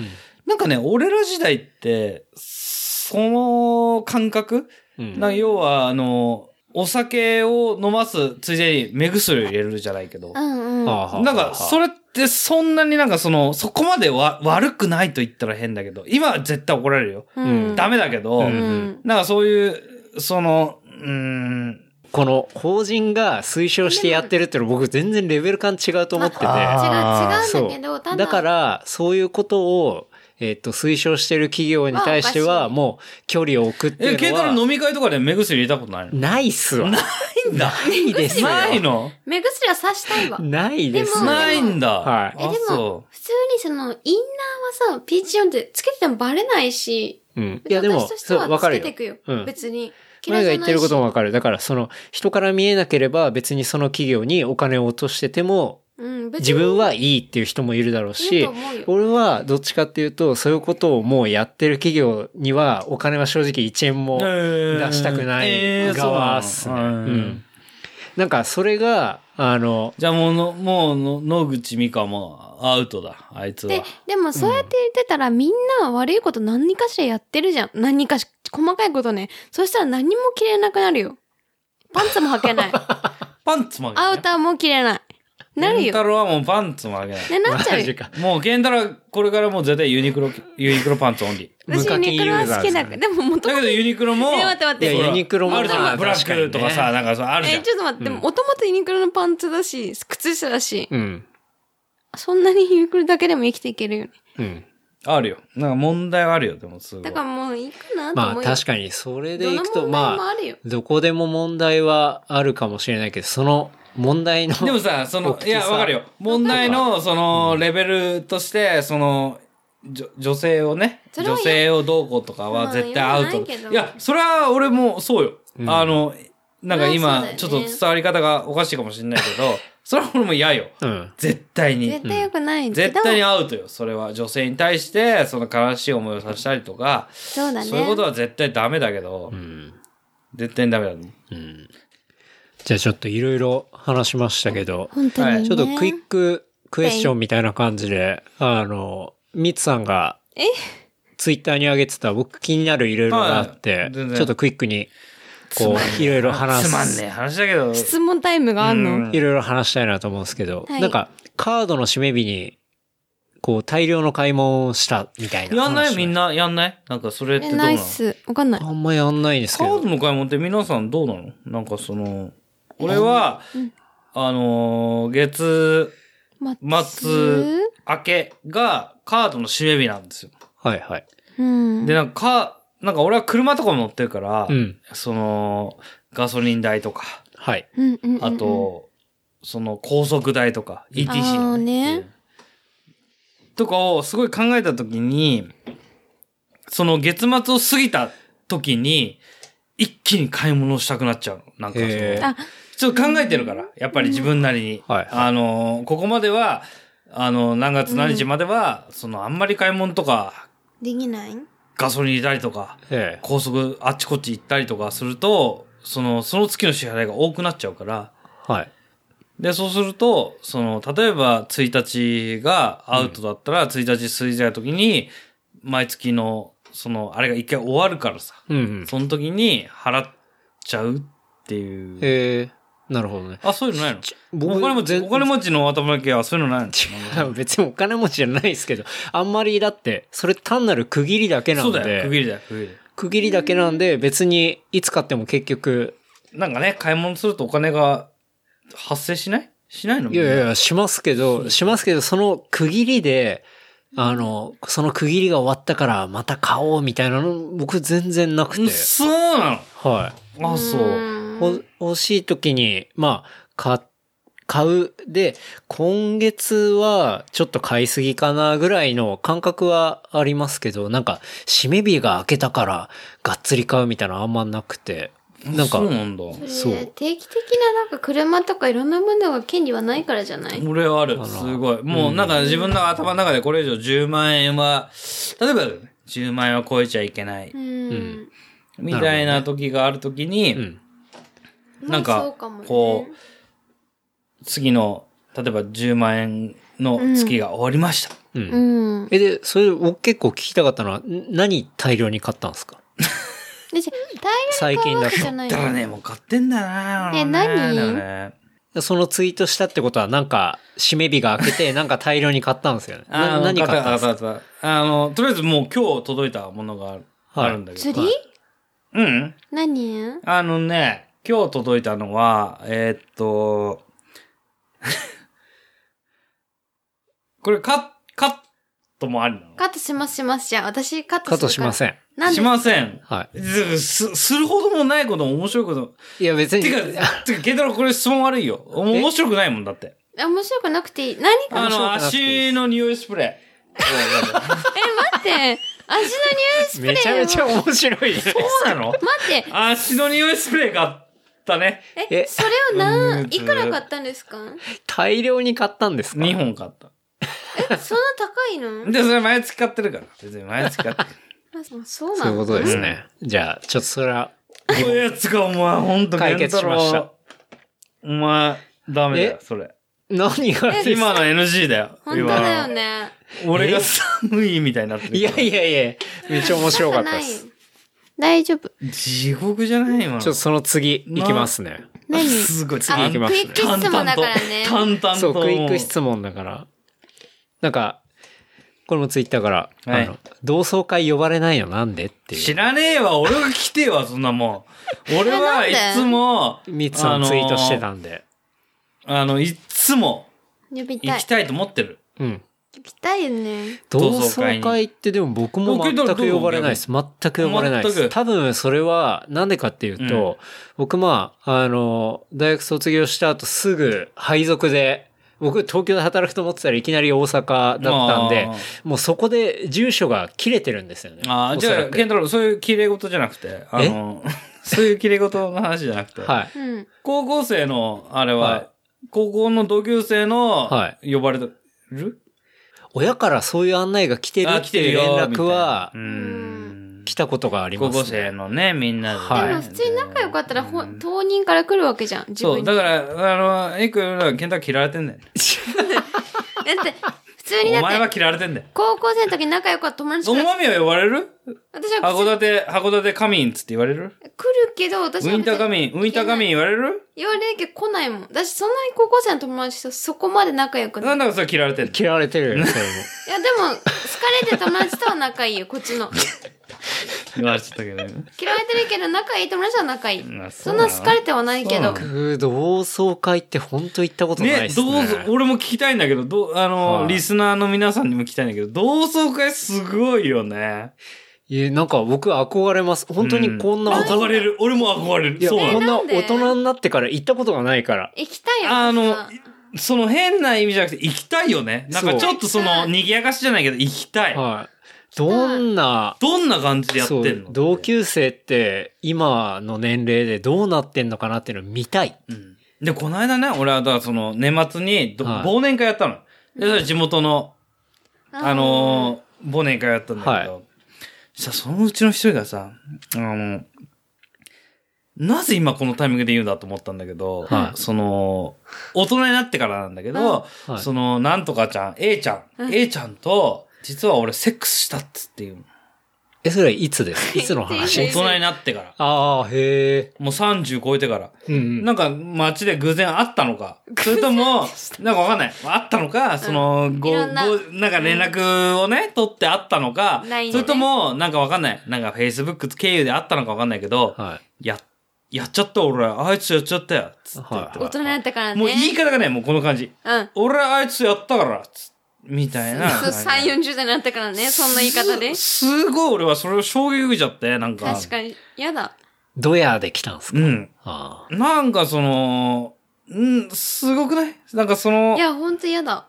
C: なんかね、俺ら時代って、その感覚、
B: うん
C: なんか要は、あの、お酒を飲ますついでに目薬を入れるじゃないけど
D: う、んうん。
B: はあ
D: ま
B: はあ
C: なんか、それってそんなになんかその、そこまでわ悪くないと言ったら変だけど、今は絶対怒られるよ。
D: うん
C: ダメだけど、
B: うん
C: なんかそういう、その、うーん、
B: この法人が推奨してやってるっていうの僕全然レベル感違うと思ってて。
D: あ違う、違
B: そ
D: うんだけど、ただ、
B: だから、そういうことを、えっ、と、推奨してる企業に対して
D: まあおか
B: は、
D: しい
B: もう、距離を置くってい
C: え、ケイ
B: う
C: タロ
B: の
C: ウ
B: は、
C: 飲み会とかで目薬入れたことないの
B: ないっすわ。な
C: ないんだ。
B: いですよ。
C: ないの
D: 目薬は刺したいわ。
B: ないです
D: でも
B: よ。
C: ないんだ。
B: はい
D: え、で
C: あ
D: も
C: そ、
D: 普通にその、インナーはさ、ピーチジョンってつけててもバレないし、
B: うん。いや、でも、
D: 私として
B: そ
D: は
B: う、わか
D: つ
B: る
D: け
B: よ
D: てくよ。
B: うん
D: 別に。
B: 前が言ってること
D: も
B: もわかる。だから、その、人から見えなければ、別にその企業にお金を落としてても、
D: うん、別に
B: 自分はいいっていう人もいるだろう
D: いる
B: し
D: と思うよ、
B: 俺はどっちかっていうと、そういうことをもうやってる企業には、お金は正直1円も
C: う。
B: 出したくない側っすね。
C: えーそうなの
B: う
C: うん
B: んなんかそれが、あの、
C: じゃあもうの、もうの、野口美香もアウトだ、あいつ
D: で
C: は。、
D: でもそうやって言ってたら、みんなは悪いこと何かしらやってるじゃん。何かし、細かいことね。そしたら何も着れなくなるよ。パンツも履けない。
C: パンツもあげ
D: アウターも着れない。なる
C: ケンタ
D: よ。
C: ロウはもうパンツもあげない。
D: ね、なっちゃう
B: マ
D: よ
B: ジ。か。
C: もうケンタロウはこれからもう絶対ユニクロ、ユニクロパンツオンリー。
D: 私、ユニクロは好きだから。でも、もと
C: だ
D: も
C: けど
D: と、
C: ユニクロも、
D: え待って待って
C: ほら
B: いやユニクロも
C: あるじゃ
B: まあ
C: ん。ブラックとか
B: 確か
C: さ、
B: に
C: なんかそうあるじ
D: え
C: ゃん
D: ち。ょっと待って、もともとユニクロのパンツだし、靴下だし、
B: うん。
D: そんなにユニクロだけでも生きていけるよね。
B: うん。
C: あるよ。なんか問題はあるよ、でもすごい
D: だ。からもういいかなと
B: ま
D: 思
B: あ
D: うよ。
B: 確かにそれでいく
D: ど
B: と、
D: の問
B: ま
D: 題もあるよ
B: あ、どこでも問題はあるかもしれないけど、その問題の、
C: でもさ、その
B: お、口
C: いや、
B: さ
C: わかるよ。問題の、その、レベルとして、その、じょ女性をね、
D: それは
C: 女性をどうこうとか
D: ま
C: は
D: あ
C: 絶対アウ
D: 言わ
C: ト。
D: ないけど
C: いや、それは俺もそうよ。あの、なんか
D: まあそうだよ
C: 今、
D: ね
C: ちょっと伝わり方がおかしいかもしれないけど、 それは俺も嫌よ。
B: うん。
C: 絶対に
D: 絶。対良くないんだけ
C: 絶
D: ど、
C: 対にアウトよ。それは女性に対して、その悲しい思いをさせたりとか、
D: そうだね。
C: そういうことは絶対ダメだけど、
B: うん。
C: 絶対にダメだね。
B: うん。じゃあちょっといろいろ話しましたけど、
D: 本当に、ね
C: はい
B: ちょっとクイッククエスチョンみたいな感じで、あの、ミツさんが、
D: え
B: ツイッターに上げてた僕気になるいろいろがあって、
C: はい全然
B: ちょっとクイックに、こう、いろいろ話
C: つ
B: す。
C: まんねえ話だけど。
D: 質問タイムがあんの、
C: うん
B: いろいろ話したいなと思うんですけど、
D: はい
B: なんか、カードの締め日に、こう、大量の買い物をしたみたいな
C: やんない
B: 話
C: みんな、やんないなんかそれって
D: え
C: どうな
D: ナ
C: の
D: イス。わかんない
B: あ。んまやんないんですけ
C: カー
B: ど
C: ド。の買い物って皆さんどうなのなんかその、俺は、あのー月
D: ま
C: 末明けがカードの締め日なんですよ。
B: はいはい。
D: うん。
C: で、なんかカー、なんか俺は車とかも乗ってるから、
B: うん。
C: その、ガソリン代とか、
B: はい。
D: うんうんうんうん
C: あと、、その高速代とか、ETC
D: あー
C: だ
D: ね
C: うんとかをすごい考えたときに、その月末を過ぎたときに、一気に買い物したくなっちゃうの。なんかその
B: へー
D: あ
C: ちょっと考えてるから、やっぱり自分なりに。
B: うんはいはい
C: あのー、ここまでは、あのー、何月何日までは、その、あんまり買い物とか、
D: できない
C: ガソリン入れたりとか、
B: ええ。
C: 高速あっちこっち行ったりとかすると、その、その月の支払いが多くなっちゃうから、
B: はい。
C: で、そうすると、その、例えば1日がアウトだったら、1日過ぎちゃう時に、毎月の、その、あれが一回終わるからさ、
B: うんうん。
C: その時に払っちゃうっていう。
B: ええ、なるほどね。
C: あ、そういうのないの
B: 僕
C: お金持ち、
B: 全
C: お金持ちの頭だけはそういうのないの
B: 違う 別にお金持ちじゃないですけど、あんまりだって、それ単なる区切りだけな
C: そ
B: ん
C: うだよ、区切
B: で、
C: りだよ、区切りだよ。
B: 区切りだけなんで、別にいつ買っても結局、
C: なんかね、買い物するとお金が発生しないしないの
B: いやいや、しますけど、しますけど、その区切りで、あの、その区切りが終わったからまた買おうみたいなの、僕全然なくて
C: う。んそうな
B: は
C: のあ、そう。
B: い。ほ欲しい時に、まあ、買、買う。で、今月はちょっと買いすぎかなぐらいの感覚はありますけど、なんか、締め日が明けたから、がっつり買うみたいなのあんまなくて。なんか
C: そう、なんだ。
B: そ
D: そうう定期的ななんか車とかいろんなものが権利はないからじゃない
C: 俺はある。
B: ら
C: すごい。もうなんか自分の頭の中でこれ以上10万円は、例えばだよね、10万円は超えちゃいけない。
D: うん
C: みたいな時がある時に、
B: うん。
C: なん
D: まあそ
C: か
D: うもね、
C: こう、次の、例えば10万円の月が終わりました。
B: う。
D: うんん
B: え、で、それ、僕結構聞きたかったのは、ん何大量に買ったんですか
D: でじゃ大
B: 最
D: 量に
B: 近だと
D: 買うわけじゃない
C: だからね、もう買ってんだな
D: え
C: 俺ね
D: 何
C: だよね
B: そのツイートしたってことは、なんか、締め日が明け て、なんか大量に買ったんですよね。
C: あ
B: な
C: の
B: 何買ったんですか
C: 買った買った買ったあの、とりあえずもう今日届いたものがある,、
B: はい
C: あるんだけど。
D: 釣り、
B: は
C: うん。
D: 何
C: あのね、今日届いたのは、えーっと、 これカッ、カットもありなの
D: カットしますしますじゃあ私カット
B: カットしませ
D: ん
B: ん。
D: なん
C: し
D: で
C: ません。
B: はい。
C: ずす、するほどもないこと、面白いこと。
B: いや、別に。
C: てか、てか、ケンタロウこれ質問悪いよ。お面白くないもんだって。
D: え面白くなくていい何
C: あ
D: か
B: 面白く
C: の、
B: なくていいです
C: 足の匂いスプレー。
D: 待って味の匂いスプレー
B: めちゃめちゃ
D: を
B: 面白いです。
C: そうなの
D: 待って
C: 足の匂いスプレー買ったね。
D: え
B: え
D: それをな
C: うんん
D: いくら買ったんですか
B: 大量に買ったんですか
C: 2本買った。
D: そんな高いの
C: で、それ毎月買ってるから。別に毎月買ってる。
D: あそうな
B: そう
D: の
B: いうことですね。じゃあ、ちょっとそれは、
C: こういうやつがお前ほんと
B: 解決しました
C: 健太郎お前ダメだよ
B: え
C: それ
B: 何がです
C: 今の NG だよ
D: 本当だよ
C: 今の
D: ね
C: 俺が寒いみたいになってる
B: いやいやいや、めっちゃ面白かったで
D: な
B: す。
D: い大丈夫
C: 地獄じゃない今の
B: ちょっとその次、
C: ない
B: きますね。
D: 何
C: すごい
D: あ
B: 次行きますね
D: クイック質問だからね
C: 淡々と
B: そう、クイック
C: 問
B: 質問だから。なんか、これもツイッターから、
C: はい
B: あの、同窓会呼ばれないのなんでっていう。
C: 知らねえわ俺が来てえわそんなもん俺はい
D: えなんで
C: つも
B: ミツさんツイートしてたんで。
C: あのいつも
D: 呼び
C: 行
D: たい
C: きたいと思ってる
B: うん。
D: 行きたいよね
B: 同
C: 同窓
B: 窓
C: 会に
B: 会ってでも僕も全く呼ばれないです。全く呼ばれないで
C: 全
B: す。
C: く
B: 多分それはなんでかっていうと、僕まあ、あの、大学卒業した後すぐ配属で、僕東京で働くと思ってたらいきなり大阪だったんで
C: あ、
B: もうそこで住所が切れてるんですよね。
C: あー
B: お
C: じ
B: そ
C: ゃ
B: ら
C: あ
B: く
C: 健太郎そういう綺麗事じゃなくてあの そういう切れ事の話じゃなくて。
B: はい。
D: うん。
C: 高校生の、あれは、
B: は
C: 高校の同級生の
B: は、
C: 呼ばれる、
B: 親からそういう案内が来てる
C: あ、
B: っていう連絡は
C: みたいなうん。
B: 来たことがありま
C: 高
B: す、
C: 校生のね、みんなでね、
B: はい
D: でも普通に仲良かったら、ほ当人から来るわけじゃん。自
C: そ
D: 分
C: う、
D: に。
C: だ
D: だ
C: から、あの、エイ君はケンタは嫌われてんだよね。
D: って、普通に
C: お前
D: だっ
C: は
D: て、
C: 嫌われてんだよ。
D: 高校生の時仲良かった友達
C: お
D: から、
C: まみは呼ばれる
D: 私は
C: 函館、函館カミンつって言われる
D: 来るけど、私
C: ウ
D: は
C: ィンタ
D: 別
C: ー
D: に
C: カミン、ウィンターカミン言われる
D: 言われるけど来ないもん。私そんなに高校生の友達とそこまで仲良 くない。
C: なんだかそれ嫌われてん の
B: 嫌われてるよね、 それも。
D: いやでも、好かれてる友達とは仲いいよ、こっちの。
C: 言われちゃったけどね。
D: 嫌われてるけど、仲いい友達とは仲いい。
C: まあそ
D: そう
C: なんの
D: な好かれてはないけ
C: そうな
D: ど
C: の。
B: 僕、同窓会って本当行ったことない
C: ね、
B: ですね。
C: どうぞ、俺も聞きたいんだけど、どう、あの、
B: はい
C: リスナーの皆さんにも聞きたいんだけど、同窓会すごいよね。
B: いや、なんか僕憧れます。本当にこんな大人、
C: 憧れる。俺も憧れ
B: い
C: る。
B: や、
C: そうな
B: こ
C: の
B: んな
D: なんで
B: 大人になってから行ったことがないから。
D: 行きたいよ。
C: あの
D: 私は、
C: その変な意味じゃなくて、行きたいよね。なんか
B: そう
C: ちょっとその、賑やかしじゃないけど、行きたい。
B: はい。どんな、
C: どんな感じでやって
B: そ
C: ん
B: う
C: の、
B: 同級生って今の年齢でどうなってんのかなっていうのを見たい。
C: うんで、この間ね、俺はだからその、年末にど、
B: はい
C: 忘年会やったの。で、それ地元の、あのー忘年会やったんだけど、そしたらそのうちの一人がさ、あの、なぜ今このタイミングで言うんだと思ったんだけど、
B: はい
C: その、大人になってからなんだけど、
B: うんはい
C: その、なんとかちゃん、A ちゃん、A ちゃんと、実は俺セックスしたっつっていう。
B: え、それはいつですいつの話
D: え
C: 大
D: いつ
C: 人になってから。
B: ああ、へえ。
C: もう30超えてから。
B: うんうん。
C: なんか街で偶然会ったのか、それとも、なんかわかんない。会ったのか、その、ご、
D: い
C: ご、
D: ろんな
C: なんか連絡をね、取って会ったのか、
D: LINE でね
C: それとも、なんかわかんない。なんか Facebook 経由で会ったのかわかんないけど、
B: はい。
C: や、やっちゃった俺、あいつやっちゃったよ、つって言って。
B: は
D: 大人になってからね。
C: もう言い方がね、もうこの感じ。
D: うん。
C: 俺、あいつやったから、つみたいな。
D: そう、3、40代になってからね、そんな言い方で。
C: すすごい俺はそれを衝撃受けちゃって、なんか。
D: 確かに。やだ。
B: ドヤで来たんですか、
C: うん。
B: ああ
C: なんかその、うん、すごくないなんかその
D: い、や、ほんとやだ。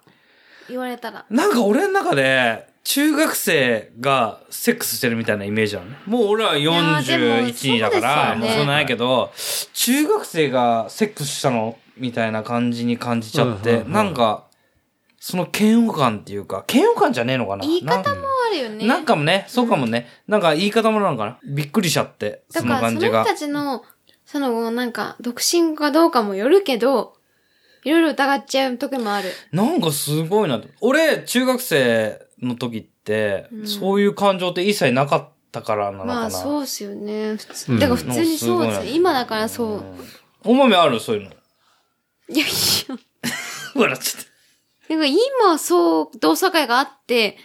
D: 言われたら。
C: なんか俺の中で、中学生がセックスしてるみたいなイメージなのね。もう俺はい
D: やでも
C: 41だから、
D: そう
C: も
D: で
C: う
D: すよ
C: そ
D: ね
C: んなんやけど、中学生がセックスしたのみたいな感じに感じちゃっ
B: うんう
C: て、
B: んうん
C: なんか、その嫌悪感っていうか、嫌悪感じゃねえのかな
D: 言い
C: なん
D: 方もあるよね。
C: なんかもね、そうかもね。なんか言い方もなのかなびっくりしちゃって、そ
D: だか
C: の
D: ら、そ
C: 感
D: の
C: じ
D: 人
C: が。
D: たちの、その、なんか、独身かどうかもよるけど、いろいろ疑っちゃう時もある。
C: なんかすごいなと。俺、中学生の時って、
D: うん
C: そういう感情って一切なかったからなのかな。
D: まあ、そうっすよね。普
B: う
D: 通。
B: ん
D: だから普通にそうっ
C: もうすごい
D: す。
C: な
D: 今だからそう。
C: お豆あるそういうの。
D: いや、いや。
C: 笑っちゃっ。
D: なんか今、そう、同窓会があって、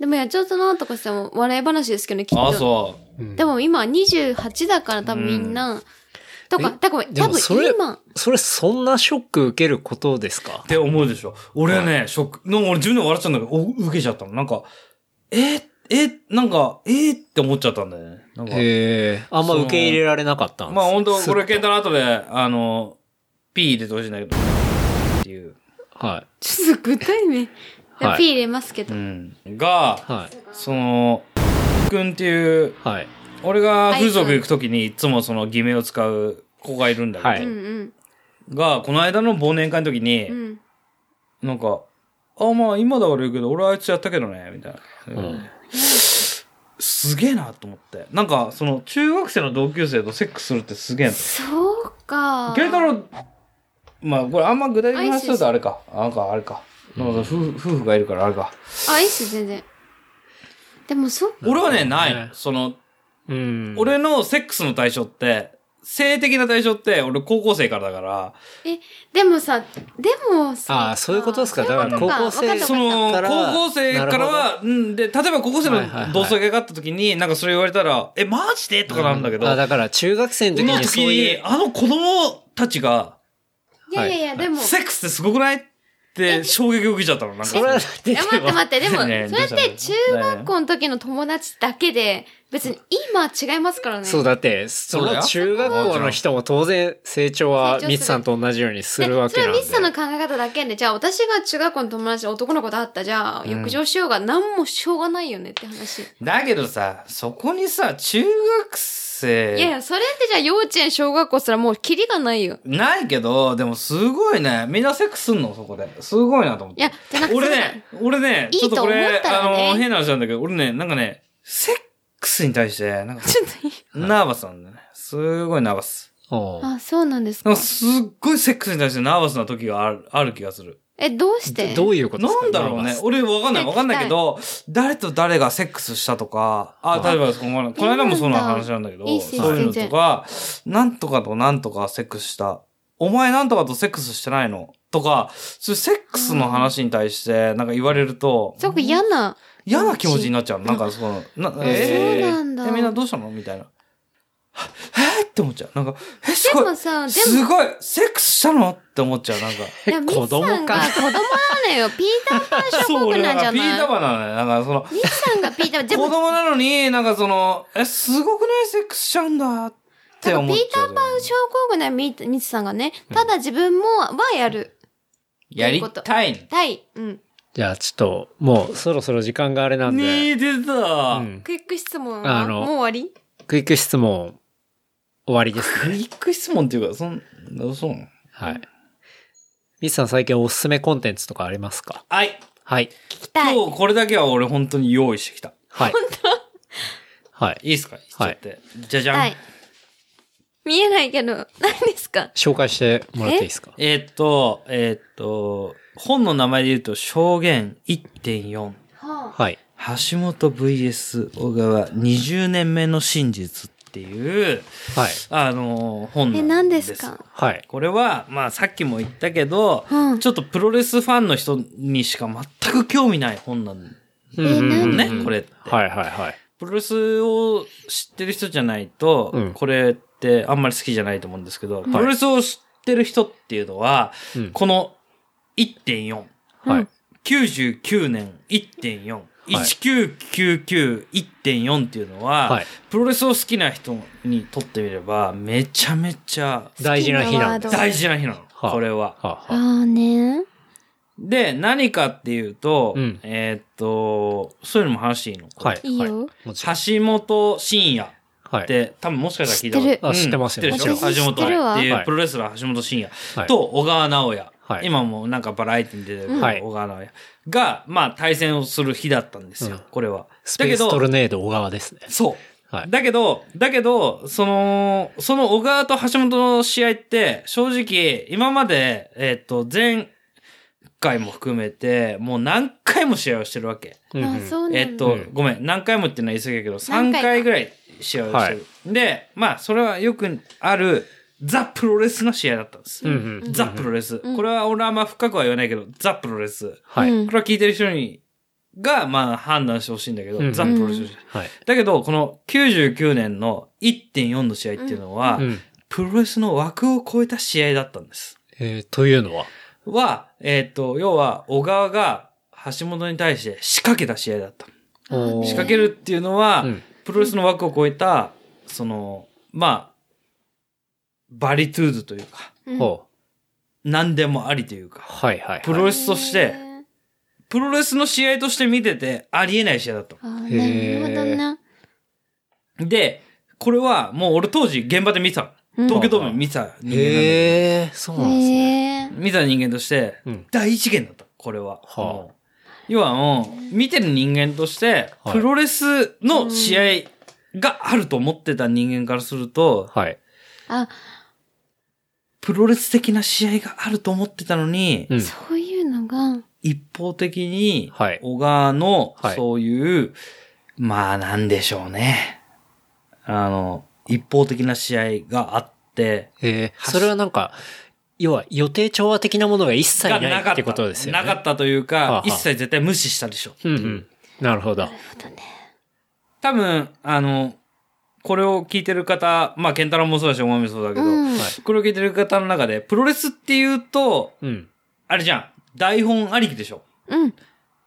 D: でもやっちゃったなとかしても笑い話ですけどね、きったと。
C: ああ、そ
B: うん
D: でも今28だから多分みんな、とか、
B: え
D: だから
B: で
D: 多
B: も
D: 分
B: それ
D: 今、
B: それそんなショック受けることですか
C: う。って思うでしょ。俺はね、ショック。なんか俺自分でも笑っちゃうんだけど、お受けちゃったの。なんか、えー、えー、なんか、えー、って思っちゃったんだよね。なんか、
B: へえ。あんま
C: その
B: 受け入れられなかったんです
C: まあ本当
B: す
C: これ、ケンタの後で、あの、P 入れてほしいんだけど、っていう。
B: は
D: ちょっと具体名、
B: はい
D: P 入れますけ
C: う
D: ど。
C: ん。が、
B: い。はい。
C: その、くんっていう、
B: はい。
C: 俺が風俗行くときにいつもその偽名を使う子がいるんだけど、
B: は
D: う
B: い
D: んうん。
C: が、この間の忘年会の時に、
D: うん。
C: なんか、あ、まあ今だから言うけど、俺はあいつやったけどね、みたいな。
B: うん
C: すげえなと思って。なんか、その、中学生の同級生とセックスするってすげえな。
D: そうか。
C: ケイタロウまあこれあんま具体的な話すると
D: ア
C: あれか。なんかあれか。なんか夫婦夫婦がいるからあれか。
D: あ、いいっす、全然。でもそっか。
C: 俺はね、ない
B: ね
C: の。その、
B: うん。
C: 俺のセックスの対象って、性的な対象って、俺高校生からだから、
D: え、でもさ、でもさ。
B: ああ、そういうことですか。だから
D: そう
B: 高
D: い
B: 校
D: うこと
B: 生
D: わ
C: そ
D: かったわ
C: の、
D: か
B: か
C: 高
B: ら
C: 校生からは、うん、で、例えば高校生
B: はいはいは
C: の
B: い
C: 同窓会があった時に、なんかそれ言われたら、え、マジでとかなんだけど、
B: あ、だから中学生の時
C: の
B: に
C: 時
B: そうい
C: に
B: う、
C: あの子供たちが、
D: いやいやい や、でも。
C: セックスってすごくないって衝撃を受けちゃったの。なんか
B: それはだっ
D: い
B: て
D: や、待って待って、でも、そ
C: ね
D: れ
C: え
D: って中学校の時の友達だけで、別に今違いますからね。
B: そうだって、そ
C: そうだ
B: の
C: よ
B: 中学校の人も当然成長は
D: 成長する
B: ミツさんと同じようにす
D: で
B: るわ
D: そ
B: け
D: れ
B: なん
D: は
B: で。
D: ミスさんの考え方だけで、じゃあ私が中学校の友達で男の子と会った、じゃあ浴場しようが何もしょうがないよねって話。
C: だけどさ、そこにさ、中学生。
D: いやいや、それってじゃあ幼稚園、小学校すらもうキリがないよ。
C: ないけど、でもすごいね。みんなセックスすんのそこで。すごいなと思って。
D: いやじゃなくて
C: 俺ね、俺ね、
D: いい
C: ちょっとこ
D: と思
C: れ、
D: ったらね
C: あの、変な話なんだけど、俺ね、なんかね、セックスに対して、なんか、
D: ちょっといい。
C: ナーバスなんだよね。すごいナーバス。
B: おう
D: あ、そうなんです
C: なん
D: か
C: か。すっごいセックスに対してナーバスな時がある、ある気がする。
D: え、どうして
B: どういうことです
C: な
B: か
C: んだろうね。俺わかんない。わかんないけど、誰と誰がセックスしたとか、あ、
B: あ
C: 例えば、このこの間もそうな話なんだけど、
D: いいし
C: そういうの
D: 全然
C: とか、なんとかとなんとかセックスした。お前なんとかとセックスしてないのとか、そういうセックスの話に対して、なんか言われると、
D: すごく嫌な。
C: 嫌な気持ちになっちゃうの。なんかその、な、え
D: そうなんだ
C: え、みんなどうしたのみたいな。はえーって思っちゃう。なんか、え、す
D: で
C: ごい。
D: もさ、です
C: ごいセックスしたのって思っちゃう。なんか。
D: も、いや、ミ
B: 子
D: ス
B: 供
D: さんが
B: か
D: 子供な のよ。ピーターパン症候
C: 俺
D: 群な
C: なん
D: んじ
C: か
D: ゃ
C: ピーター
D: ない
C: パンなのね。なんかその、
D: ミスさんがピーターパン、で
C: 子
D: も
C: 供なのに、なんかその、え、すごくないセックスしちゃうんだって
D: なんか
C: 思っ
D: ピー
C: ち
D: タ
C: ゃ
D: ー
C: う。
D: パン症候群だよ、ミミツさんがね。ただ自分も、はやる。
C: やりたい
D: たい。うん。
B: じゃあちょっと、もうそろそろ時間があれな
C: の。
B: ん
C: ね
B: で、
C: え、出
B: う
C: た。
B: ん、
D: クイック質問
B: あ
D: は
B: の
D: もう終わり
B: クイック質問終わりです
C: ク
B: ね。
C: イック質問っていうか、そん、そうなの
B: はい。ミツさん最近おすすめコンテンツとかありますか
C: はい。
B: はい。
D: 聞きたい。
C: 今日これだけは俺本当に用意してきた。
B: はい。はい。
C: いいっすか言っちゃって。じゃじゃ
D: は
C: ん
D: い。。見えないけど、何ですか
B: 紹介してもらっていいですか
C: えーっと、えーっと、本の名前で言うと、証言1.4。
D: は
B: はい。
C: 橋本 VS 小川20年目の真実っていう、
B: はい。
C: あのー、本
D: え、
C: なん
D: 何ですか
B: はい。
C: これは、まあさっきも言ったけど、
D: うん
C: ちょっとプロレスファンの人にしか全く興味ない本なんだ
B: え
D: なん
C: ね、これって。
B: はいはいはい。
C: プロレスを知ってる人じゃないと、
B: うん
C: これってあんまり好きじゃないと思うんですけど、プロレスを知ってる人っていうのは、
B: うん
C: この1.4、
B: はい。
C: 99年1.4、1999、1.4っていうのは、
B: はい
C: プロレスを好きな人にとってみれば、めちゃめちゃ
B: 大事な日なんです。
C: 大事な日なの、
B: はあ
C: これは。
B: はあはあ
D: ああね。
C: で、何かっていうと、
B: うん
C: えーっと、そういうのも話していいの
B: はい。
D: いいよ
B: は。もちろん。
C: 橋本真也
B: は
C: っ
B: い。
C: て、多分もしかしたら聞いたこと
B: 知ってるあ知ってますよ
C: 知ってるでしょ
D: もちろん
C: 橋本ってい
B: は
C: う
B: い
C: プロレスラー橋本真也
B: はい
C: と小川直也。
B: はい
C: 今もなんかバラエティに出てる
B: はい
C: 小川直也が、まあ対戦をする日だったんですよ、
B: うん
C: これは。
B: スペ
C: だけ
B: ーストル
C: ど、
B: ネード小川ですね。
C: そう。
B: はい。
C: だけど、だけど、その、その小川と橋本の試合って、正直、今まで、えっ、と、前回も含めて、もう何回も試合をしてるわけ。
B: うんうん
D: あそうなんだ。
C: えっと、
B: うん
C: ごめん、何回もっていうのは言い過ぎだけど、
D: 何
C: 3
D: 回か
C: 回ぐらい試合をしてる。で、まあ、それはよくある、ザ・プロレスの試合だったんです。
B: うんうん
C: ザ・プロレス。これは俺はあんま深くは言わないけど、ザ・プロレス。
B: はい。
D: うん
C: これは聞いてる人に、が、まあ、判断してほしいんだけど、
B: うん
C: ザ・プロレス。
B: はい。
C: だけど、この99年の1.4の試合っていうのは、
B: うん。
C: プロレスの枠を超えた試合だったんです。
B: えーというのは
C: は、えっ、と、要は、小川が橋本に対して仕掛けた試合だった。
B: おー
C: 仕掛けるっていうのは、
B: うん
C: プロレスの枠を超えた、その、まあ、バリトゥーズというか、
D: うん
B: ほう。
C: 何でもありというか、
B: はいはいはい。
C: プロレスとして、プロレスの試合として見てて、ありえない試合だった
D: あーなるほどね。
C: の。で、これは、もう俺当時現場で見てたの。
D: うん
C: 東京ドームで見てた人間なんだけど
B: へえ、そうなんですね。
D: へえ。
C: 見た人間として
B: うん、
C: 大事件だった、これは。
B: はあ
C: もう要はもう、見てる人間として、
B: はい
C: プロレスの試合があると思ってた人間からすると、
B: はい。
D: あ、
C: プロレス的な試合があると思ってたのに、
B: うん。
D: そういうのが、
C: 一方的に
B: はい、
C: 小川の
B: は、い
C: そういう、まあなんでしょうね。あの、一方的な試合があって、
B: えーそれはなんか、要は予定調和的なものが一切
C: が
B: ないってことですよね。
C: なか
B: っ
C: ったという
B: はあはあ、
C: か一切絶対無視したでしょ。
B: た。うんうん。なるほど。
C: 多分、あの、これを聞いてる方、まあ、ケンタロウもそうだし、おまみもそうだけど、
D: うん。
B: はい
C: これを聞いてる方の中で、プロレスっていうと、
B: うん。
C: あれじゃん、台本ありきでしょ。
D: うん。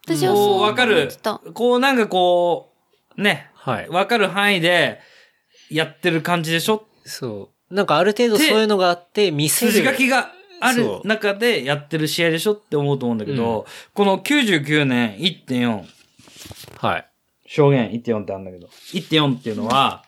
D: 私は
C: こう、
D: そう。
C: わかる
D: ちょっと。
C: こう、なんかこう、ね、
B: はい
C: わかる範囲でやってる感じでしょ
B: そう。なんかある程度そういうのがあって、見せる。
C: 筋書きがあ
B: そ
C: る
B: う
C: 中でやってる試合でしょって思うと思うんだけど、この99年1.4、
B: はい。
C: 証言1.4ってあるんだけど、1.4っていうのは、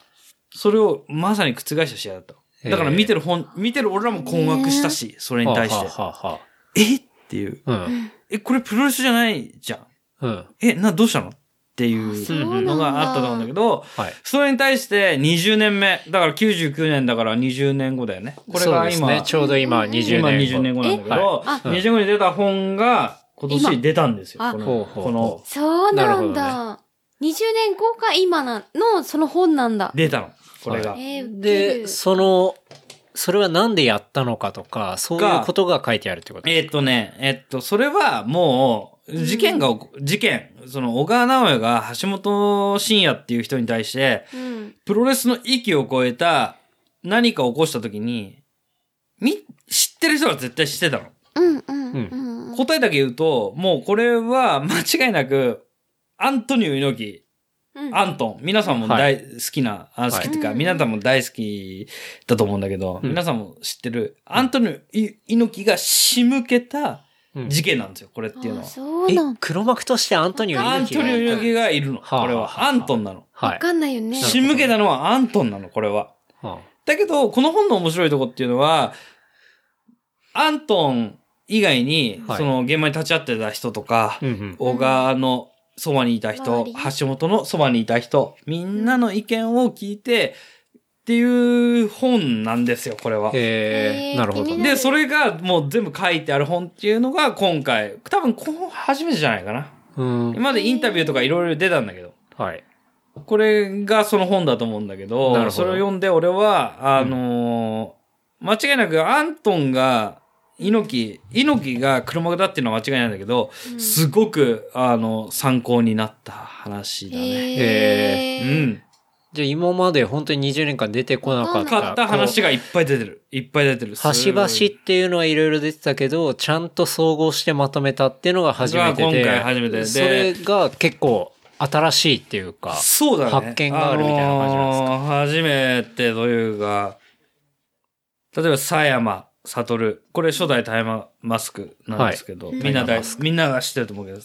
C: それをまさに覆した試合だった。だから見てる本、見てる俺らも困惑したし、それに対して。
B: はあはあは
C: えっていう。
B: あはあうん。
C: え、これプロレスじゃないじゃん。
B: うん。
C: え、な、どうしたのってい
D: そう
B: な
C: うん
B: だ
C: のがあったと思うんだけど、
B: はい。
C: それに対して20年目、だから99年だから20年後だよね。これが
B: そう
C: 今、
B: ですね。ちょうど今20年
C: 今
B: 後。
C: 20年後なんだけど、
B: えあ
C: 20年後に出た本が今年
D: 今
C: 出たんですよ。
D: あ
C: この
B: ほうほうほう
C: この
D: そうな
B: な
D: ん
B: るほ
D: だ。20年後か今なの、その本なんだ。
C: 出たの、これが。
D: えー、
B: で、その、それはなんでやったのかとか、そういうことが書いてあるってこと
C: えっとね、えっと、それはもう、事件が起こ、事件、その小川直也が橋本真也っていう人に対して、
D: う。うん。
C: プロレスの域を超えた何かを起こした時に、み、知ってる人は絶対知ってたの。
D: うんうん
B: う
D: うんん。うん
C: 答えだけ言うと、もうこれは間違いなく、アントニオ猪木、アントン、皆さんも大、好きな、あ好きっていうか、
D: うん
C: 皆さんも大好きだと思うんだけど、
B: うん
C: 皆さんも知ってる、アントニオい猪木が仕向けた
B: うん
C: 事件なんですよ、これっていうの
D: あ
C: は。
D: そう
B: え
D: なんだ。
B: 黒幕としてアントニオ
C: アン
B: 猪木
C: ト
B: が
C: ニオ猪木がいるの、
B: はあ
C: これ
B: はあは
C: は。
B: あ
C: アントンなの。
B: は
D: わ
B: い。
D: かんないよね。
B: なるほ
C: 仕向けたのはアントンなの、これは。
B: は
C: だけど、この本の面白いとこっていうのは、アントン以外に、
B: はい
C: その現場に立ち会ってた人とか
B: あ、うんうん。
C: 小川のそばにいた人、
D: 周り
C: 橋本のそばにいた人、みんなの意見を聞いて、っていう本なんですよ、これは。
B: えー、
D: えー
B: なるほ
D: 気
B: ど
D: にな
B: ね。
D: る
C: で、それがもう全部書いてある本っていうのが今回、多分この初めてじゃないかな。
B: うん。
C: 今までインタビューとかいろいろ出たんだけど、
B: はい。
C: これがその本だと思うんだけど、
B: なるほど
C: それを読んで俺は、あのー間違いなくアントンが、猪木、猪木が車だっていうのは間違いないんだけど、
D: うん
C: すごく、あの、参考になった話だね。
D: へ
C: う
D: ー。
C: ん。
B: じゃあ今まで本当に20年間出てこなかった。
C: 買った話
B: が。
C: がいっぱい出てる。いっぱい出てる。
B: 端々っていうのはいろいろ出てたけど、ちゃんと総合してまとめたっていうのが初めてで。
C: が今回初めてで
B: それが結構新しいっていうか。
C: そうだね。
B: 発見があるみたいな感じなんですか
C: あのー初めてというか、例えば、狭山悟。これ初代タイガーマスクなんですけど、
D: はい
C: みんな
B: タイガー
C: 大
B: マス
C: みんなが知ってると思うけど、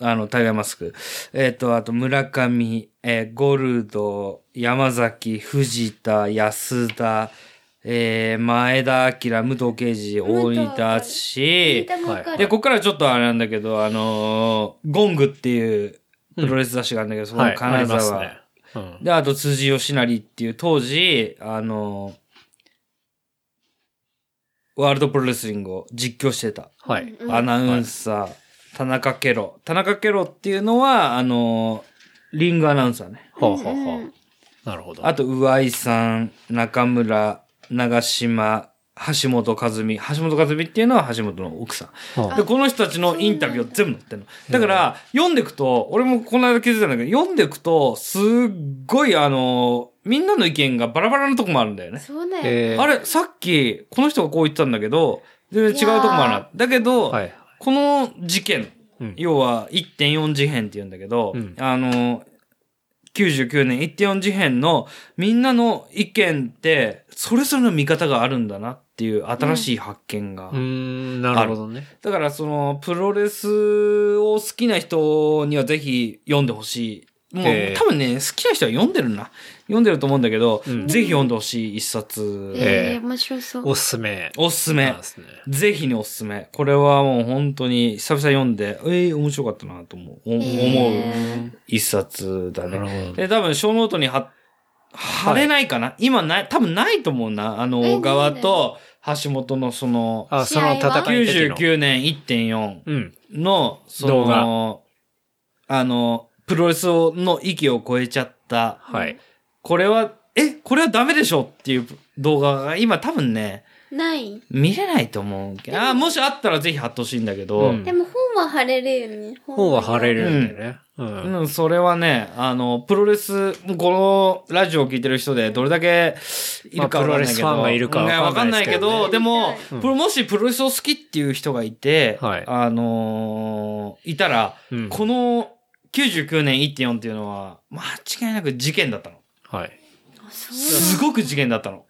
C: あの、タイガーマスク。えっ、と、あと、村上、えーゴルド、山崎、藤田、安田、えー前田明、武藤敬司、大仁田
D: 聞
C: 敦
D: いたもんか
B: はい
C: で、
D: る
C: ここからちょっとあれなんだけど、あのーゴングっていうプロレス雑誌があるんだけど、そこの
B: あ
C: 金
B: りま
C: 沢、
B: すね。うん。
C: で、あと辻吉成っていう当時、あのーワールドプロレスリングを実況してた
B: はい。
D: うん
C: アナウンサー、田中ケロ。田中ケロっていうのは、あのーリングアナウンサーね。
B: ほうほうほう。なるほど。
C: あと、上井さん、中村、長島、橋本和美。橋本和美っていうのは橋本の奥さ
B: は
C: ん。
B: あ
C: で、この人たちのインタビューを全部載ってるの。だから、読んでいくと、俺もこの間気づいたんだけど、読んでいくと、すっごい、あの、みんなの意見がバラバラのとこもあるんだよね。
D: そうだよ。
B: えー
C: あれ、さっき、この人がこう言ってたんだけど、全然違うとこもある
D: い
C: な。だけど、
B: はい。
C: この事件、
B: うん
C: 要は1.4事変って言うんだけど、
B: うん
C: あの、99年1.4事変のみんなの意見って、それぞれの見方があるんだなっていう新しい発見が。
B: うーん、なるほどね。
C: だからその、プロレスを好きな人にはぜひ読んでほしい。もう
B: へー
C: 多分ね、好きな人は読んでるな。読んでると思うんだけど、
B: うん
C: ぜひ読んでほしい一冊。
D: え
B: え
D: ー、面白そう。
B: おすすめ。
C: おすす
B: な
C: め
B: んで。すね。
C: ぜひにおすすめ。これはもう本当に久々読んで、ええ面白かったなと思う、お
D: え
C: 思う
D: ー
C: 一冊だ
B: なる
C: ね。
B: ほど。
C: で、多分小ノートに貼、貼れないかな、今ない、多分ないと思うな。あの、
D: え
C: 小川と橋本のその、
B: あ、その
D: 試合は
B: 戦い時の。
C: 99年1.4
B: うん。
C: の、そ
B: 動
C: の、あの、プロレスの域を超えちゃった。
B: はい。
C: これは、え、これはダメでしょっていう動画が今多分ね、
D: ない。
C: 見れないと思うけど。あー、もしあったらぜひ貼ってほしいんだけど、
B: う
C: うんん、
D: でも本は貼れるよね。
B: 本は貼れ
D: る。
B: るんだよね。うん。
C: それはね、あの、プロレス、このラジオを聞いてる人でどれだけいるかわか
B: まあプロ
C: んないけど、
B: レスファンがいるかわ
C: わ
B: か
C: か
B: ん
C: ん
B: な
C: ないい
B: ですけ
C: け
B: どね
C: ど、でも、
B: うん
C: プロもしプロレスを好きっていう人がいて、
B: はい
C: あのーいたら、
B: うん
C: この99年1.4っていうのは、間違いなく事件だったの。
B: はい。
D: あそう
C: すごく事件だったの。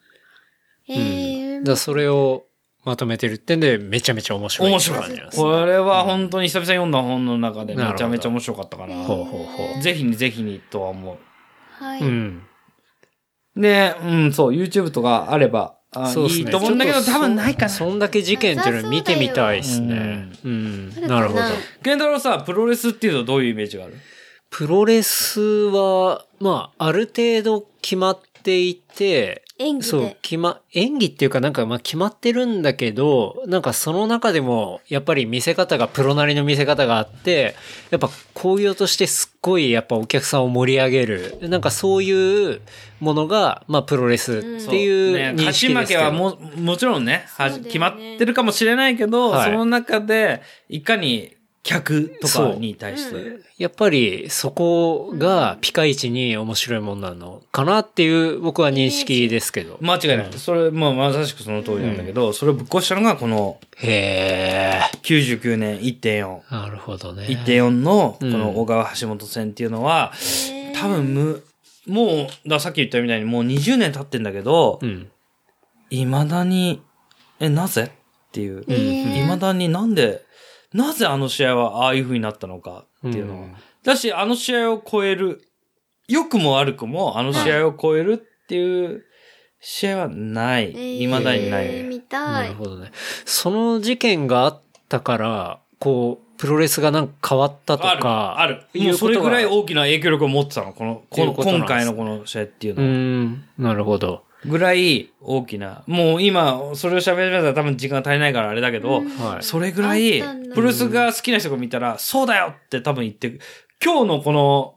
D: え
B: う
D: ー
B: ん、だからそれをまとめてるってんで、めちゃめちゃ面白い。
C: 面白
B: い
C: い。これは本当に久々に読んだ本の中で
B: なるほ
C: め
B: ど
C: ちゃめちゃ面白かったかな。
B: ほうほうほ
C: ぜひにぜひにとは思
D: はい、
B: う。うん。
C: う。で、うん、そう、YouTube とかあれば、あ
B: そうっす
C: い
B: ね
C: いと思うんだけど、
B: ちょっと
C: 多分ないかな。
B: そんだけ事件っていうの見てみたいですね。うん。なるほど。
C: ケンタロウさ、プロレスっていうとどういうイメージがある
B: プロレスは、まあ、ある程度決まっていて、
D: 演技
B: そう
D: で、
B: 決ま、演技っていうかなんかまあ決まってるんだけど、なんかその中でもやっぱり見せ方がプロなりの見せ方があって、やっぱ興行としてすっごいやっぱお客さんを盛り上げる、なんかそういうものが、まあプロレスっていう
C: ね
B: 認
C: 勝ち
B: 識で
C: 負
B: すけ
C: け
B: ど、
C: はももちろんねは
D: そうだよね
C: 決まってるかもしれないけど、
B: はい
C: その中でいかに客とかに対し
D: そう
C: て。
B: やっぱりそこがピカイチに面白いもんなのかなっていう僕は認識ですけど。
C: 間違いない。それ、まあ、まさしくその通りなんだけど、それをぶっ壊したのが、この
B: へえ。
C: 99年1.4、
B: なるほどね。
C: 1.4の、こ
B: うん
C: の小川橋本戦っていうのは、多分む、もう、だからさっき言ったみたいにもう20年経ってんだけど
B: う、ん。
C: 未だに、え、なぜっていう。
D: えー
C: いまだになんで、なぜあの試合はああいう風になったのかっていうのは。
B: うん
C: だし、あの試合を超える、良くも悪くもあの試合を超えるっていう試合はない。未だにない。
D: えー見た
B: ないるほどね。その事件があったから、こう、プロレスがなんか変わったと
C: ある、
B: か、
C: ある。
B: い
C: もう
B: う
C: そ
B: こ
C: れ
B: と
C: ぐ
B: が
C: らい大きな影響力を持ってたの。この、こ
B: いう
C: の
B: ことなんです
C: 今回のこの試合っていう
B: うー
C: のは。
B: ん、なるほど。
C: ぐらい大きな。もう今、それを喋りながら多分時間足りないからあれだけど、
B: はい。
C: それぐらい
D: あったん、だ
C: プロレスが好きな人が見たら、そうだよって多分言ってく、今日のこの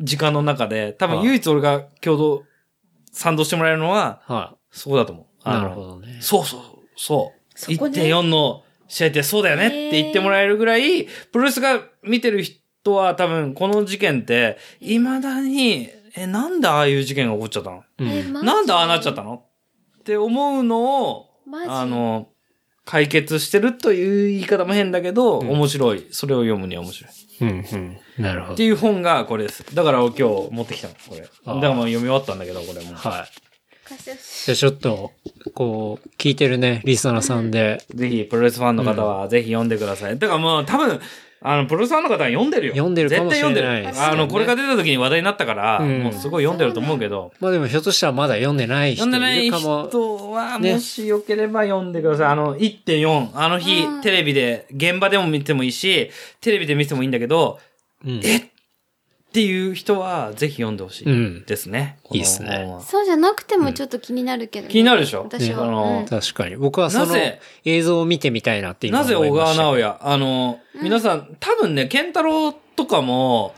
C: 時間の中で、多分唯一俺が共同、賛同してもらえるのは、
B: は
C: そうだと思う。
B: い。
C: あの
B: なるほどね。
C: そうそう、そう。
D: そこね
C: 1.4の試合ってそうだよねって言ってもらえるぐらい、プロレスが見てる人は多分この事件って、未だに、え、なんでああいう事件が起こっちゃったの
B: う
D: え
B: ん。
D: マジ
C: なんでああなっちゃったのって思うのを、
D: マジ
C: あの、解決してるという言い方も変だけど、面白い。それを読むには面白い。っ
B: うん、うん。なるほど。
C: ていう本がこれです。だから今日持ってきたの、これ。だか
B: あー
C: らもう読み終わったんだけど、これも。
B: はい。
D: 貸してほしい
B: じゃあちょっと、こう、聞いてるね、リスナーさんで、
C: ぜひ、プロレスファンの方はぜひ読んでください。だからもう多分、あの、プロレスファンの方は読んでるよ。
B: 読んでるかもしれない
C: 絶対読んで
B: です
C: る。
B: よ
C: あ
B: ね
C: の、これが出た時に話題になったから、
B: うん
C: もうすごい読んでると思うけど、
B: まあでもひょっとしたらまだ読んでない人
C: 読んでないい
B: るかも。
C: 人は、
B: ね
C: もしよければ読んでください。あの、1.4。あの日、
D: うん
C: テレビで、現場でも見てもいいし、テレビで見てもいいんだけど、
B: うん。
C: えっていう人は、ぜひ読んでほし
B: う
C: い
B: ん。
C: ですね。
B: いいっすね
C: この本は
D: そうじゃなくてもちょっと気になるけど、
C: 気になるでしょ
D: 私
C: ね
D: は、
C: あの
D: うん
B: 確かに。僕はそ
C: な
B: の
C: ぜ
B: 映像を見てみたいなって今
C: な
B: 思い
C: ぜ
B: ました。
C: 小川直也あの、皆さん、多分ね、健太郎とかも、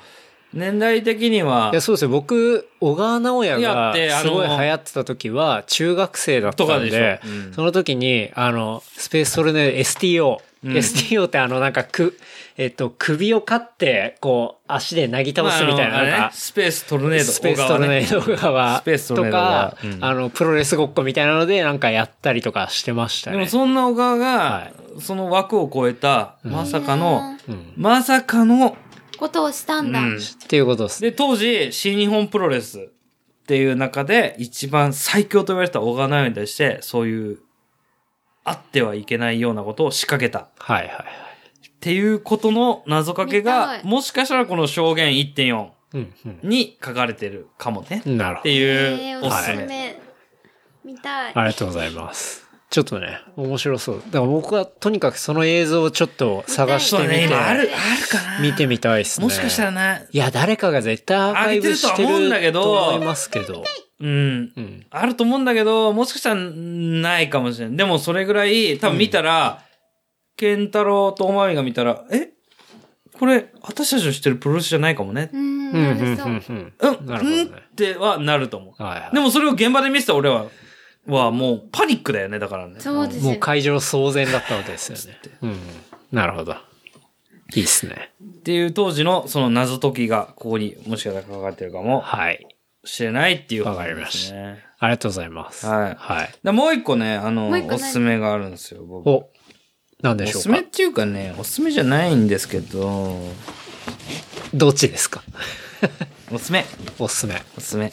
C: 年代的にはい
B: や、、そうですよ。僕、小川直也
C: やっ
B: が
C: てあの
B: すごい流行ってた時は、中学生だっ
C: と
B: た
C: か
B: ん
C: で
B: で、
C: しょ。うん
B: その時に、あの、スペーストルネード STO。
C: うん
B: STO ってあの、なんか、く、えっと、首をかって、こう、足でなぎ倒すみたい
C: ま
B: な、
C: あ
B: なん
C: あのあれ
B: か
C: ね、スペーストルネード。
B: スペーストルネ
C: 小川ね
B: ード側
C: スペーストルネー
B: と
C: ド側
B: か、
C: うん
B: あの、プロレスごっこみたいなので、なんかやったりとかしてました
C: でも
B: ね。
C: そんな小川
B: は
C: が
B: い、
C: その枠を超えた、
B: うん
C: まさかの、
B: うん。
C: まさかの、
D: ことをしたんだ、
C: うん
B: っていうことですね。
C: で、当時、新日本プロレスっていう中で、一番最強と言われてた小川直也に対して、そういう、あってはいけないようなことを仕掛けた。
B: はいはいはい。
C: っていうことの謎かけ
D: 見
C: が
D: た、い
C: もしかしたらこの証言1.4
B: うん、う
C: に書かれてるかもね。
B: ん。なる
C: っ
B: ほど
C: て。い
D: え
C: う
D: ー、
C: お
D: お
C: す
D: す
C: す
D: す
C: め。
D: め見たい
B: ありがとうございます。ちょっとね、面白そう。だから僕はとにかくその映像をちょっと探して
C: そう
B: み
C: ね、
B: て、
C: 今ある、あるかな。
B: 見てみたいですね。
C: もしかしたらな、
B: いや、誰かが絶対アーカイブしてる
C: 上げてるとは
B: と
C: 思うんだけど
B: 思いますけど。
C: うん
B: う。ん。
C: あると思うんだけど、もしかしたらないかもしれない。でもそれぐらい、多分見たら、ケンタロウとおまみが見たら、えこれ、私たちの知ってるプロレスじゃないかもね
D: う。ん
B: うん、う、、
D: なんりそううん
B: うん。
C: うん、
B: なるほどね
C: うんってはなると思う。
B: はいはい。
C: でもそれを現場で見せた俺は、はもうパニックだよね、だからね。
D: そうです
B: も
D: よ
B: う会場騒然だったわけですよね。うん。なるほど。いいっすね。
C: っていう当時のその謎解きがここにもしかしたら書かれてるかも
B: はい。
C: しれないっていう
B: わかりまし
C: すね。
B: ありがとうございます。
C: はい
B: はい。
C: だもう一個ね、あの、
D: もう一個
C: お
D: 何
C: すすめがあるんですよ、僕。
B: お、なんで
C: お
B: しょ
C: す
B: う
C: す
B: か
C: めっ。ていうかね、おすすめじゃないんですけど、
B: どっちですか
C: おすすめ。
B: おすすめ。
C: おすすめ。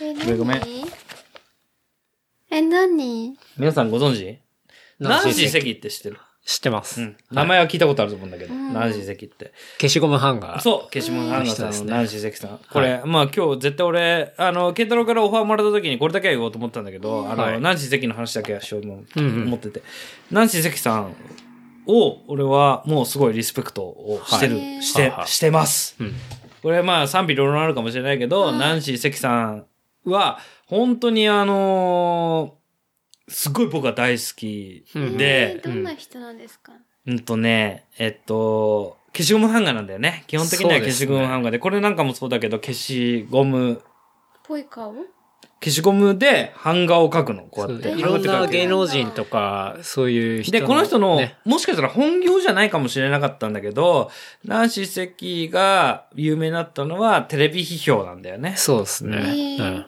D: え、
C: ごめんごめん
D: 何え、何
C: 皆さんご存知ナンシー関って知ってる
B: 知ってます。
C: うん。名前は聞いたことあると思うんだけど、ナンシー関って。
B: 消しゴムハンガー。
C: そう、消しもハンガーさん
B: です
C: の
B: ね
C: ナンシー関さん。これ、まあ今日絶対俺、あの、ケンタロウからオファーもらった時にこれだけは言おうと思ったんだけど、あ
B: は
C: の、
B: い
C: ナンシー関の話だけはしようと
B: うん
C: 思ってて。ナンシー関さんを、俺はもうすごいリスペクトをして
D: は
C: る、
D: い
C: して
B: は、い
C: してます。
B: うん。
C: これまあ賛否両論あるかもしれないけど、ナンシー関さんは、本当にあのーすごい僕は大好きで
D: え、どんな人なんですか
C: うんとね、えっと、消しゴムハンガーなんだよね。基本的には
B: そう
C: 消
B: です
C: し
B: ね
C: ゴムハンガーで、これなんかもそうだけど、消しゴム、
D: ぽい顔
C: 消しゴムで版画を描くの、こうやって。
B: い
D: い
B: ろ
D: ろ
B: ん
D: ん
B: な
D: な
B: 芸
D: 芸
B: 能
D: 能
B: 人
D: 人
B: と
D: と
B: か、そういう人
C: で、この人の、
B: ね
C: もしかしたら本業じゃないかもしれなかったんだけど、ナンシー関が有名になったのはテレビ批評なんだよね。
B: そうですね。
D: ね
B: うん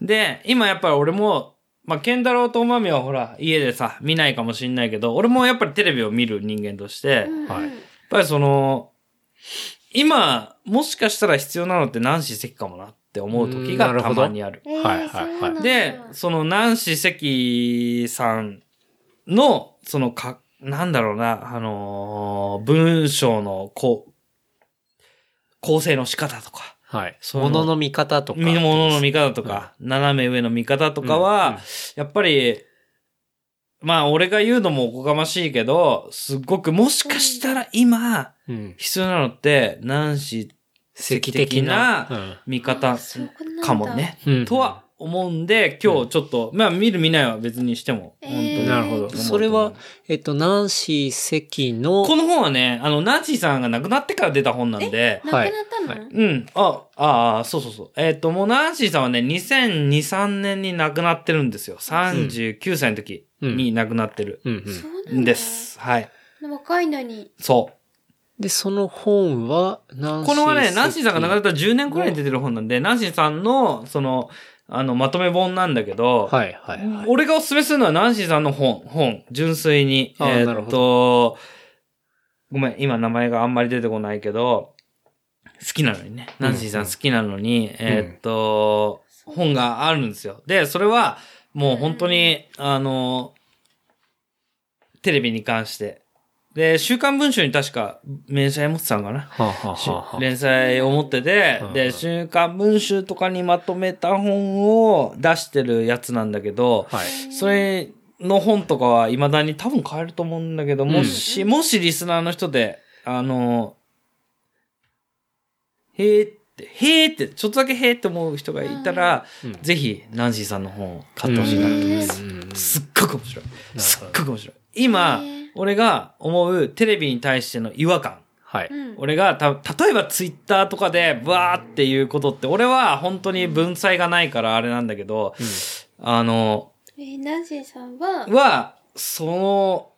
C: で、今やっぱり俺も、まあ、ケンタロウとおまみはほら、家でさ、見ないかもしんないけど、俺もやっぱりテレビを見る人間として、やっ
B: はい
C: ぱりその、今、もしかしたら必要なのってナンシー関かもなって思う時
B: う
C: が
B: んなる
C: た
B: ほど
C: まにある。
B: はいはいはい
C: で、そのナンシー関さんの、そのか、なんだろうな、あのー文章のこう、構成の仕方とか、
B: はい。
C: その
B: ものの見方とか。
C: 見物の見方とか、斜め上の見方とかは、
B: うんうん
C: やっぱり、まあ俺が言うのもおこがましいけど、すっごくもしかしたら今
B: うん。
C: 必要なのって、ナンシー
B: 席的
C: う
B: な。
C: 見方かもね。
B: うんうん
C: とは思うんで、今日ちょっと、まあ見る見ないは別にしても、
D: え
C: 本
D: ー
C: 当に
B: なるほど。
C: 思うと思う
B: それは、えっと、ナンシー関の、
C: この本はね、あの、ナンシーさんが亡くなってから出た本なんで、
D: 亡く
B: は
D: ないった
B: は
D: の
C: うん。あ、ああ、そうそうそう。えっ、と、もうナンシーさんはね、2002、3年に亡くなってるんですよ。39歳の時に亡くなってる
B: うんうん
D: そうなん
C: ん
D: だ
C: です。はい。
D: 若いのに。
C: そ
B: で、その本は、ナ
C: う。
B: ンシー関。
C: このはね、ナンシーさんが亡くなった10年くらいに出てる本なんで、ナンシーさんの、その、あの、まとめ本なんだけど、
B: はいはいはい。
C: 俺がおすすめするのはナンシーさんの本、本、純粋に。
B: ああ
C: えー
B: なる
C: っ
B: ほ
C: と、ごめん、今名前があんまり出てこないけど、好きなのにね。ナンシーさん好きなのに、えーっと、本があるんですよ。で、それは、もう本当に、あの、テレビに関して。で、週刊文春に確か、明細持ってたのかな。
B: はあはあはあはあ
C: 連載を持ってて
B: うん、
C: で、週刊文春とかにまとめた本を出してるやつなんだけど、
B: はい。
C: それの本とかは未だに多分買えると思うんだけど、もし、もしリスナーの人で、あの、へーって、へーって、ちょっとだけへーって思う人がいたら、
B: うん
C: ぜひ、ナンシーさんの本を買ってほしいなと思います。
B: うんうんうん
C: すっごく面白い。
B: ど
C: すっごく面白い。今
D: へー、
C: 俺が思うテレビに対しての違和感。
B: はい。
D: うん。
C: 俺がた例えばツイッターとかでバーっていうことって俺は本当に文才がないからあれなんだけど、あの
D: えー、ナンシーさんは、
C: はその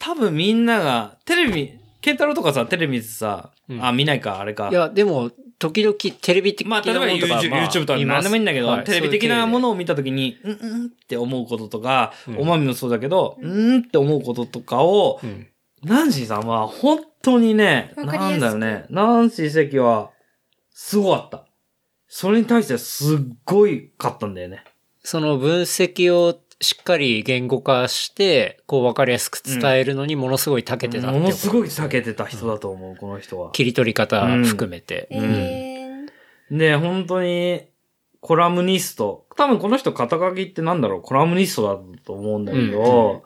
C: 多分みんながテレビケンタロウとかさテレビ見てさ、
B: うん
C: あ見ないかあれか
B: いや、でも、時々テレビ的な
C: ま
B: もの
C: あ
B: と
C: 例え
B: か
C: ば YouTube,
B: まあ
C: YouTube とか
B: 見ま
C: 何
B: す
C: でもいいんだけど、
B: はい
C: テレビ的な
B: そうい
C: も
B: う
C: のを見た時にうんうんって思うこととか、
B: うん
C: おまみもそうだけどうんうんって思うこととかを、
B: 経緯でうん
C: ナンシーさんは本当にね、
D: わかり
C: な
D: やす
C: ん
D: く
C: だろうね。ナンシー関は、すごかった。それに対してすっごいかったんだよね。
B: その分析をしっかり言語化して、こう分かりやすく伝えるのにものすごい長けてたって
C: も
B: いう
C: の
B: こ
C: す
B: と
C: ごい避けてた人だと思う、この人は。
B: 切り取り方含めて。
D: えー、
C: で、本当に、コラムニスト。多分この人肩書きってなんだろう、コラムニストだと思うんだけど、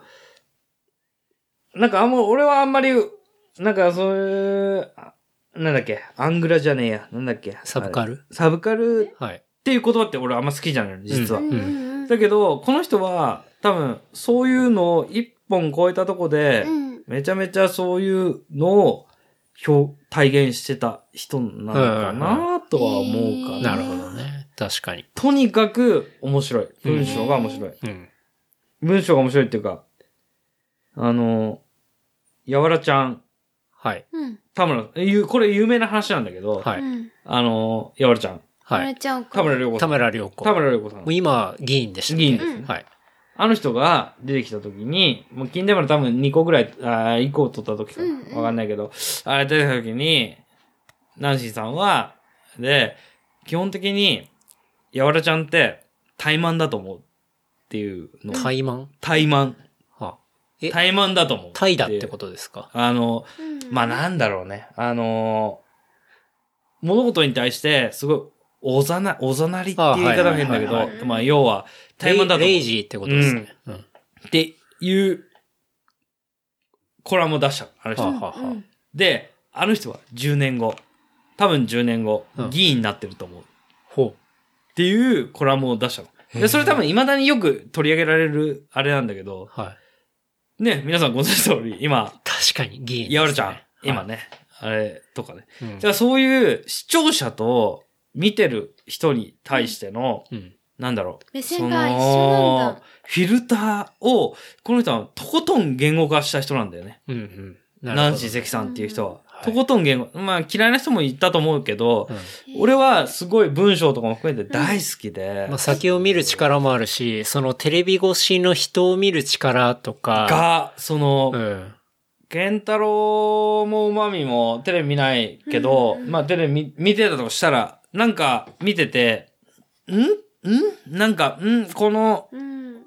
C: なんかあんま、俺はあんまり、なんかそういう、あなんだっけ、アングラじゃねえや。なんだっけ。
B: サブカル
C: あれサブカル
B: はい。
C: っていう言葉って俺あんま好きじゃないの、実は。
D: うんうんうん。
C: だけど、この人は多分そういうのを一本超えたとこで、
D: うん
C: めちゃめちゃそういうのを表、体現してた人なのかなとは思うか
D: うん
B: な
C: な。
B: るほどね。確かに。
C: とにかく面白い。文章が面白い。
B: うん。
C: 文章が面白いっていうか、あの、やわらちゃん、
B: はい。
D: うん。
C: 田村、ゆこれ有名な話なんだけど、
B: は
D: う
B: い。
D: ん。
C: あの、やわらちゃん、
D: は
B: はい。
D: ちゃんか
C: 田村良子さ
B: 田
C: ん。
B: 村良子。
C: 田
B: も
C: 村良子さん。
B: う今、議員でしたっけ
C: 議員
D: ですね
B: はい。
C: あの人が出てきた時に、もう金玉の多分2個ぐらい、あー1個取った時か
D: うんうん
C: わかんないけど、あれ出てきた時に、ナンシーさんは、で、基本的に、やわらちゃんって、怠慢だと思うっていうの。
B: タイマン
C: 怠慢。
B: はあえ
C: 怠慢だと思う。
B: タイだってことですか
C: あの、
D: うん
C: まあなんだろうね。あのー物事に対して、すごい、おざな、おざなりって言い方が変だ
B: あはいはい
C: け
D: はいは
C: ど、
D: い
C: まあ要は、怠慢だと
B: レイレ
C: 思う
B: イジーってことですね。うん。
C: っていう、コラムを出したの。あの人。
B: はあはあはあ
D: うん
C: で、あの人は10年後、多分10年後、
B: うん
C: 議員になってると思う。っ
B: ほ
C: ていうコラムを出したの。で、それ多分未だによく取り上げられるあれなんだけ
B: う。
C: ど、
B: はい。
C: ね、皆さんご存知の通り、今、
B: 確かに議員ですね。
C: やわらちゃん、今
B: は
C: ね、あれとかね。
B: い。うん
C: じゃあそういう視聴者と見てる人に対しての、
B: うん。
C: なんだろう。
D: 目線が一緒なん
C: その
D: だ。
C: フィルターを、この人はとことん言語化した人なんだよね。
B: うんうん。なるほ
C: ナ
B: ど
C: ンシー関さんっていう人は。
B: はい
C: とことん言語、まあ嫌いな人もいたと思うけど、
B: う
C: 俺はすごい文章とかも含めて大好きで
B: ん、まあ、先を見る力もあるし、そのテレビ越しの人を見る力とか、
C: が、その、
B: うん。
C: 健太郎もうまみもテレビ見ないけど、
D: うん
C: まあテレビ見見てたとしたら、なんか見てて、んんなんか、んこの
D: うん。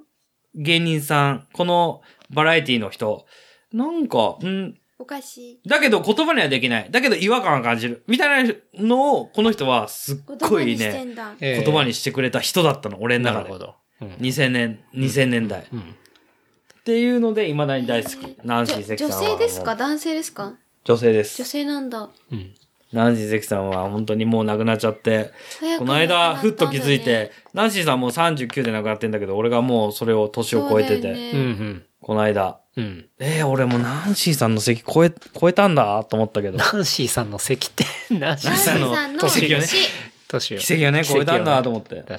C: 芸人さん、このバラエティの人、なんか、ん
D: おかしい。
C: だけど言葉にはできない。だけど違和感を感じる。みたいなのを、この人はすっ
D: 言
C: ご
D: 葉
C: い
D: にして
C: ね、
D: んだ。
B: えー
C: 言葉にしてくれた人だったの、俺の
B: な
C: 中
B: る
C: で
B: ほ。ど。うん。
C: 2000年、2000年代。
B: うん
C: っていうので、未だに大好き。ナンシー
D: じょ
C: 関さん
D: 女
C: は。
D: 性ですか男性ですか
C: 女性で
D: 女
C: す。
D: 性なんだ。
B: うん。
C: ナンシー関さんは本当にもう亡くなっちゃって、
D: 早く
C: この間、
D: 亡く
C: ふ
D: な
C: っと気づい
D: ったんだね
C: て、ナンシーさんもう39で亡くなってんだけど、俺がもうそれを年を超えて
D: そうだ
C: て、
D: よね
B: うんうん。
C: この間、
B: うん。
C: えー、俺もうナンシーさんの席超え、超えたんだと思ったけど、
B: ナンシーさんの席って ナンシ
D: ナ
B: ー
D: ンシ
B: さん
D: ー
B: の
D: さ んの
C: 年よね
D: 年
B: 年を
C: 奇跡が ね、
B: 奇跡
C: 超
B: を
C: えたんだと思って。
B: 確か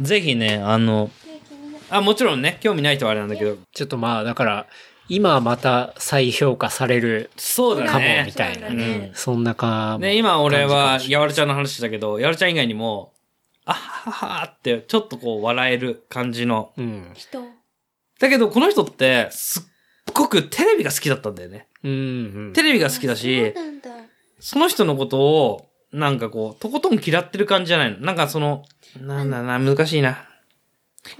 B: に
C: ぜひね、あの、あ、もちろんね、興味ない人はあれなんだけど、
B: ちょっとまあだから今また再評価される
C: そうだ
B: かも
C: ね
B: み。たいな、
D: そうだね
B: そんなか
C: ね、今俺は、やわらちゃんの話だけど、やわらちゃん以外にも、あはははって、ちょっとこう笑える感じの。
B: うん
D: 人。
C: だけど、この人って、すっごくテレビが好きだったんだよね。
B: うんうん
C: テレビが好きだ
D: そう
C: し、
D: なんだ。
C: その人のことを、なんかこう、とことん嫌ってる感じじゃないの。なんかその、なんだな、難しいな。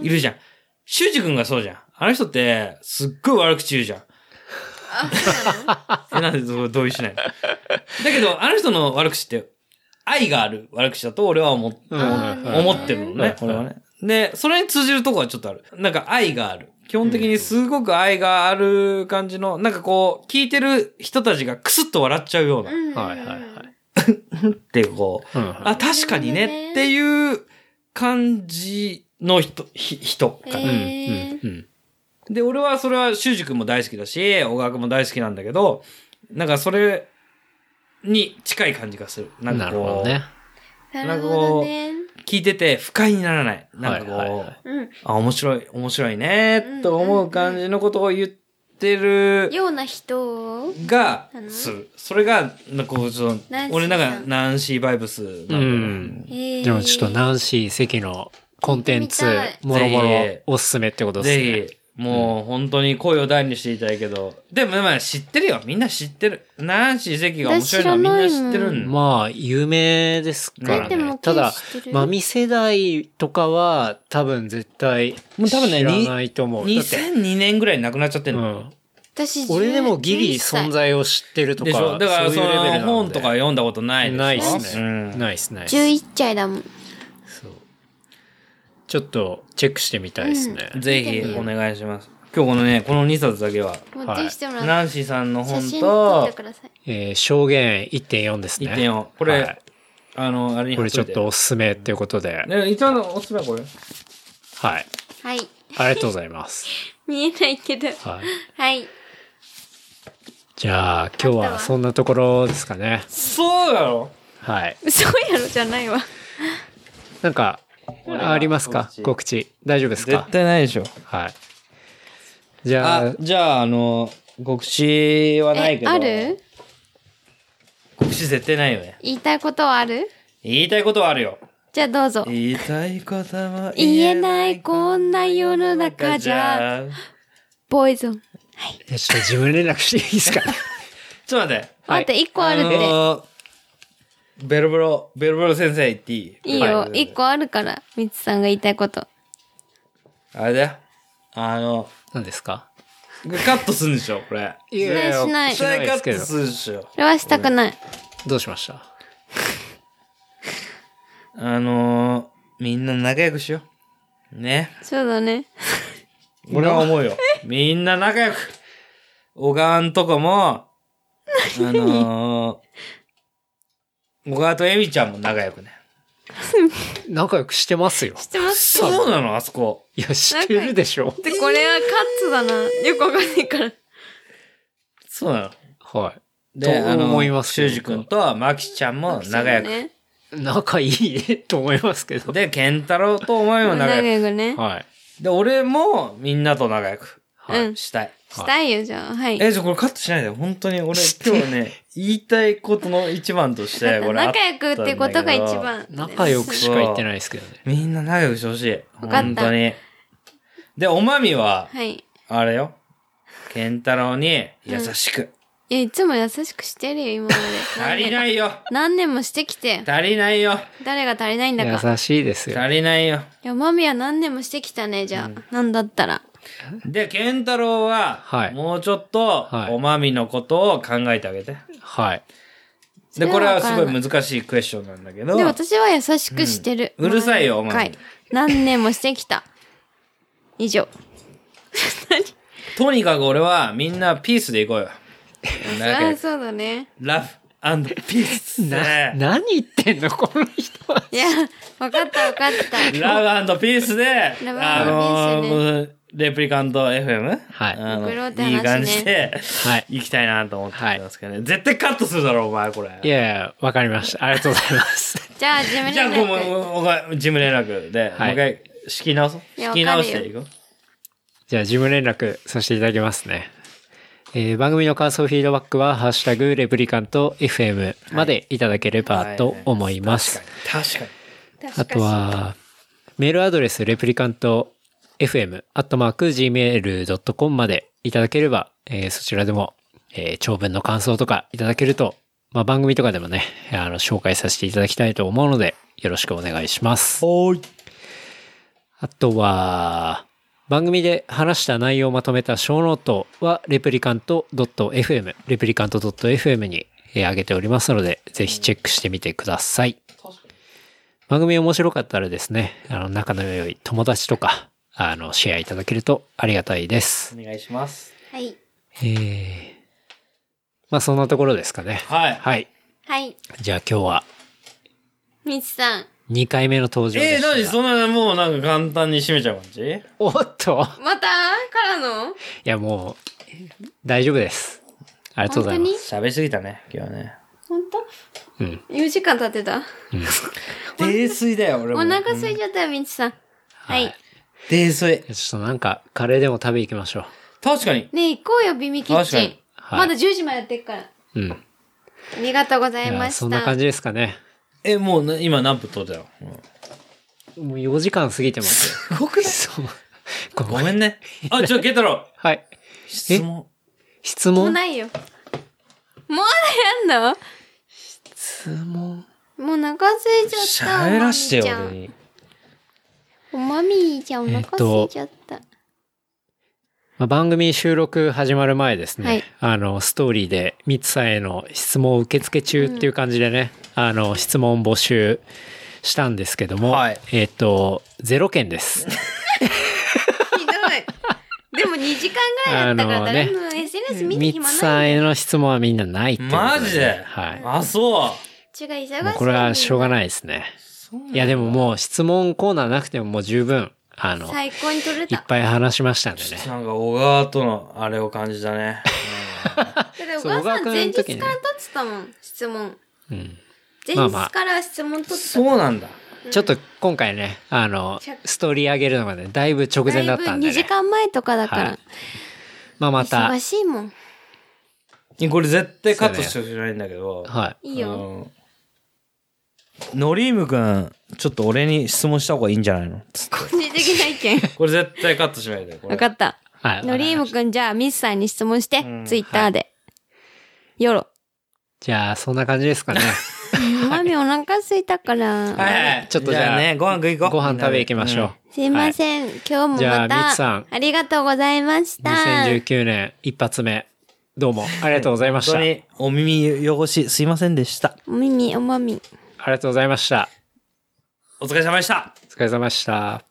C: いるじゃん。修二君がそうじゃん。あの人って、すっごい悪口言うじゃん。
D: あ、そうなの
C: え、なんでそう同意しないのだけど、あの人の悪口って、愛がある悪口だと俺は思っ
B: うん
D: あーね
C: 思ってるの
B: は
C: ね
B: い、
C: これはね。で、それに通じるとこはちょっとある。なんか愛がある。基本的にすごく愛がある感じの、なんかこう、聞いてる人たちがクスッと笑っちゃうような、っ
D: うん
B: はいはいはい
C: ていうこう、
B: うんうん
C: あ、確かにねっていう感じの人、ひ人かな
B: うん
D: へー
B: うんうん
C: で、俺はそれは修二君も大好きだし、小川君も大好きなんだけど、なんかそれに近い感じがする。なん
B: な
C: か
B: るほ
C: こ
B: ど
C: う、
B: ね
D: なるほどね。
C: 聞いてて不快にならない。なんかこう、
B: はいはいはい
D: うん。
C: あ、面白い、面白いね、と思う感じのことを言ってる
D: ような人を。
C: が
D: うん、
C: する。それが、なんかこう、ちょっと
D: ナンシーさん
C: 俺なんか、ナンシーバイブスなんだ
B: う
C: よね
B: ん
D: へー
B: でもちょっとナンシー関のコンテンツ
D: 見てみたい
B: もろもろ
C: ぜひ
B: おすすめってことですね
C: ぜひ、もう本当に声を大にしていただけど、でもまあ知ってるよ。みんな知ってる。ナンシー関が面白いのはみんな知ってるんだ。
B: まあ、有名ですから
D: 出て
B: ね
D: も。
B: ただ
D: 知って、る
B: マミ世代とかは多分絶対
C: もう多分ね
B: 知らないと思う。だって
C: 2002年ぐらいに亡くなっちゃって
B: うん
C: の。
B: ん、
D: 私、
B: 俺でもギリ
D: 11歳
B: 存。在を知ってるとか、
C: でしょだからそ
B: そういうレベルな
C: の
B: の
C: 本
B: で
C: とか読んだことないでしょ
B: ないです
C: う
B: ね。
C: ん
B: ないですないっす
D: 11歳だもん。
B: ちょっとチェックしてみたいですね。
C: ぜひお願いします。今日このね、この2冊だけは、
D: 持ってきてもらう。
C: ナンシーさんの
D: 写
C: 本
D: 真撮
C: と
D: って、ください。
B: えー証言1.4ですね。
C: 1.4。これ、
B: はい
C: あの、あれに
B: こ
C: 貼
B: れ
C: と
B: ちょ
C: い
B: ってとおすすめっていうことで。
C: ね、一応おすすめはこれ。
B: はい。
D: はい。
B: ありがとうございます。
D: 見えないけど。
B: はい。
D: はい。
B: じゃあ、今日はそんなところですかね。
C: そうだろ
B: はい。
D: 嘘やろじゃないわ。
B: なんか、ありますか
C: 告
B: 告知。大丈夫ですか
C: 絶対ないでしょ。
B: はい。じゃあ
C: あ、、じゃあ、あの、告知はない
D: え、
C: けど。
D: ある
C: 告知絶対ないよね。
D: 言いたいことはある
C: 言いたいことはあるよ。
D: じゃあどうぞ。
C: 言いたいことも
D: 言えないこんな世の中じゃ、。ボーイズン。
B: ちょっと自分連絡していいですか
C: ちょっと待って。
D: 待って、一個あるって。
C: のベロベロ、ベロベロ先生言っていい
D: いいよ
B: は。い
D: 一、個あるから、みつさんが言いたいこと。
C: あれだよ。あの、
B: 何ですか
C: カットするんでしょ、これ。
B: い
D: やいやしないし
C: そ
B: ない
C: れ
B: で
C: カ
B: すけ
C: ット
B: ど
C: す。るでしょ。
D: それはしたくない。
B: どうしました
C: あのー、みんな仲良くしよう。ね。
D: そうだね。
C: 俺は思うよ。みんな仲良く。小川んとこも、あのー、小川とエミちゃんも仲良くね。
B: 仲良くしてますよ。
D: してます
C: そうなのあそこ。
B: いや、してるでしょ。
D: で、これはカッツだな。よくわかんないから。
C: そうなの。
B: は
C: で、
B: と
C: あの
B: 思います
C: 修二君とマキちゃんも仲良く。
D: そうね。
B: い。仲いいと思いますけど。
C: で、ケンタロウとお前も仲
D: 仲
C: 良
D: 良くね。
B: はい。
C: く。で、俺もみんなと仲良く
B: はい。
D: うん
C: したい。
D: したいよ、じゃあ。はい。
C: え、じゃあこれカットしないで。本当に俺今日ね、言いたいことの一番と して、これあったんだ
D: 仲
C: け
D: 良
C: ど。
D: くってことが一番。
B: 仲良くしか言ってないですけどね。
C: みんな仲良くしてほしい。
D: かった
C: 本当に。で、おまみは、
D: はい。
C: あれよ。ケンタロウに優しく。
D: いや、いつも優しくしてるよ、今ま で。
C: 足りないよ。
D: 何年もしてきて。
C: 足りないよ。
D: 誰が足りないんだか。
B: 優しいですよ。
C: 足りないよ。
D: いや、マミは何年もしてきたね、じゃあ。なんだったら。
C: で、ケンタロウは、
B: はい
C: もうちょっと
B: は、い
C: おまみのことを考えてあげて。
B: はい。
C: で、これはすご
D: それはわからない
C: 難しいクエスチョンなんだけど
D: で、、私は優しくしてる。
C: うんうるさいよ
D: 毎
C: お前
D: 回何年もしてきた。以上。
C: とにかく俺はみんなピースでいこうよ。
D: そりゃそうだね。
C: ラブピー ス。
B: な、
C: ね
B: 何言ってんのこの人は。
D: いや、わかったわかった。
C: ラブピースで、
D: ブ
C: あの
D: ピ
C: ー、レプリカント FM?
B: はい
C: あの
D: 送ろうって話ね
C: いい感じで、
B: はい。
C: 行きたいなと思ってますけどね。絶対カットするだろ、お前、これ。
B: いやいや、わかりました。ありがとうございます。
D: じゃあ、ジム
C: じゃあ、
D: 連
C: こうもう
D: 絡。
C: お前、事務連絡で、
B: はい
C: もう一回、仕切り直そう。
D: いや
C: 仕切り直していこう。
B: じゃあ、事務連絡させていただきますね。えー番組の感想、フィードバックは、ハッシュタグ、レプリカント FM までいただければと思います。
C: 確かに。
B: あとは、メールアドレス、レプリカント FM、アットマーク、gmail.com までいただければ、えーそちらでも、えー長文の感想とかいただけると、まあ、番組とかでもね、あの、紹介させていただきたいと思うので、よろしくお願いします。
C: おい。
B: あとは、番組で話した内容をまとめた小ノートは、レプリカント .fm、レプリカント .fm にえー上げておりますので、ぜひチェックしてみてください。番組面白かったらですね、あの、仲の良い友達とか、あの、シェアいただけるとありがたいです。
C: お願いします。
D: はい。
B: えー、まあそんなところですかね。
C: はい。
B: はい。
D: はい。
B: じゃあ今日は
D: みちさん。
B: 2回目の登場
C: え
B: で
C: ー、
B: したが。
C: 何そんな、もうなんか簡単に締めちゃう感じ
B: おっと
D: またからの
B: いやもう、大丈夫です。ありがとうご
D: 本当
B: ざいま
D: に
B: す。
C: 喋りすぎたね、今日はね。
D: 本当
B: うん。
D: ?4 時間経ってた。
C: 泥酔だよ、俺
D: お
C: も。
D: 腹空いちゃったよ、みちさん。はい。
C: 泥酔。
B: ちょっとなんか、カレーでも食べ行きましょ
C: 確かに。
D: ねえ行こうよ、ビミキッ
C: 確か
D: チン
B: は
C: に。
B: い
D: まだ10時までやってるから。
B: う。うん。
D: ありがとうござい
B: い
D: ま
B: や
D: した。
B: そんな感じですかね。
C: え、もうな今何分撮ったよ。うん
B: もう4時間過ぎてますよ。すごくない そう。ご
C: ご
B: めん。
C: めんね。あ、ちょ、ケタロウ
B: はい。
C: 質問。
B: 質
D: もう
B: 問
D: ないよ。もうやんの
B: 質問
D: もうお腹空いちゃった。
C: 喋らしてよ、
D: おまみちゃん
C: 俺に。
D: おまみちゃんお
B: えっ
D: 腹
B: と
D: 空いちゃった。
B: まあ、番組収録始まる前ですね、
D: はい
B: あの、ストーリーで、ミツさんへの質問を受付中っていう感じでね、あの、質問募集したんですけども、
C: はい
B: えっ、と、0件です。
D: ひどい。でも2時間ぐらいだったから、
B: あのね
D: 誰も SNS 見て
B: ミ
D: 暇
B: ツ
D: ないよ。
B: さんへの質問はみんなないっていうこと
C: マジで
B: はい。
C: あ、そう。
D: ちが忙しい。
B: もうこれはしょうがないですね。いやでももう質問コーナーなくてももう十分、あの、
D: 最高に取れ。
B: いったぱい話しましたんでね。
C: なんか小川とのあれを感じた ね。
D: だってお
B: そう
D: 母さ
B: 小川
D: ん前
B: 君
D: 日
B: の
D: から
B: 時
D: 取
B: ね
D: ってたもん、質問。
B: うん。
D: 前
B: まあま
D: 日
B: あ
D: から質問取ってた。
C: そうなんだ。
B: ちょっと今回ね、あの
D: ちょ、
B: ストーリー上げるのがね、だいぶ直前だったんで、
D: 2時
B: ね。
D: 間前とかだから、
B: はいまあまた、
D: 忙しいもん。
C: これ絶対カットしてほしくないんだけど。
B: はい
D: いよ。
C: うんのりーむくん、ちょっと俺に質問した方がいいんじゃないの
D: 個人的な意見。
C: これ絶対カットしないで。これ
D: わかった。
B: はい。
D: のりーむくん、じゃあ、ミスさんに質問して、ツイッターで。よろ。
B: じゃあ、そんな感じですかね。
D: マミお腹すいたから。
C: はい。
B: ちょっとじゃあ
C: ね、ご飯食い行こ う。
B: ご飯食べ行きましょう。
D: すいません、今日も
B: じゃあ
D: ま
B: みつ
D: た
B: さん
D: ありがとうございました。
B: 2019年一発目。どうもありがとうございました。
C: 本当
B: あ
C: にお耳汚し、すいませんでした。
D: お耳おまみ。
B: りがとうございました。
C: お疲れ様でした。
B: お疲れ様でした。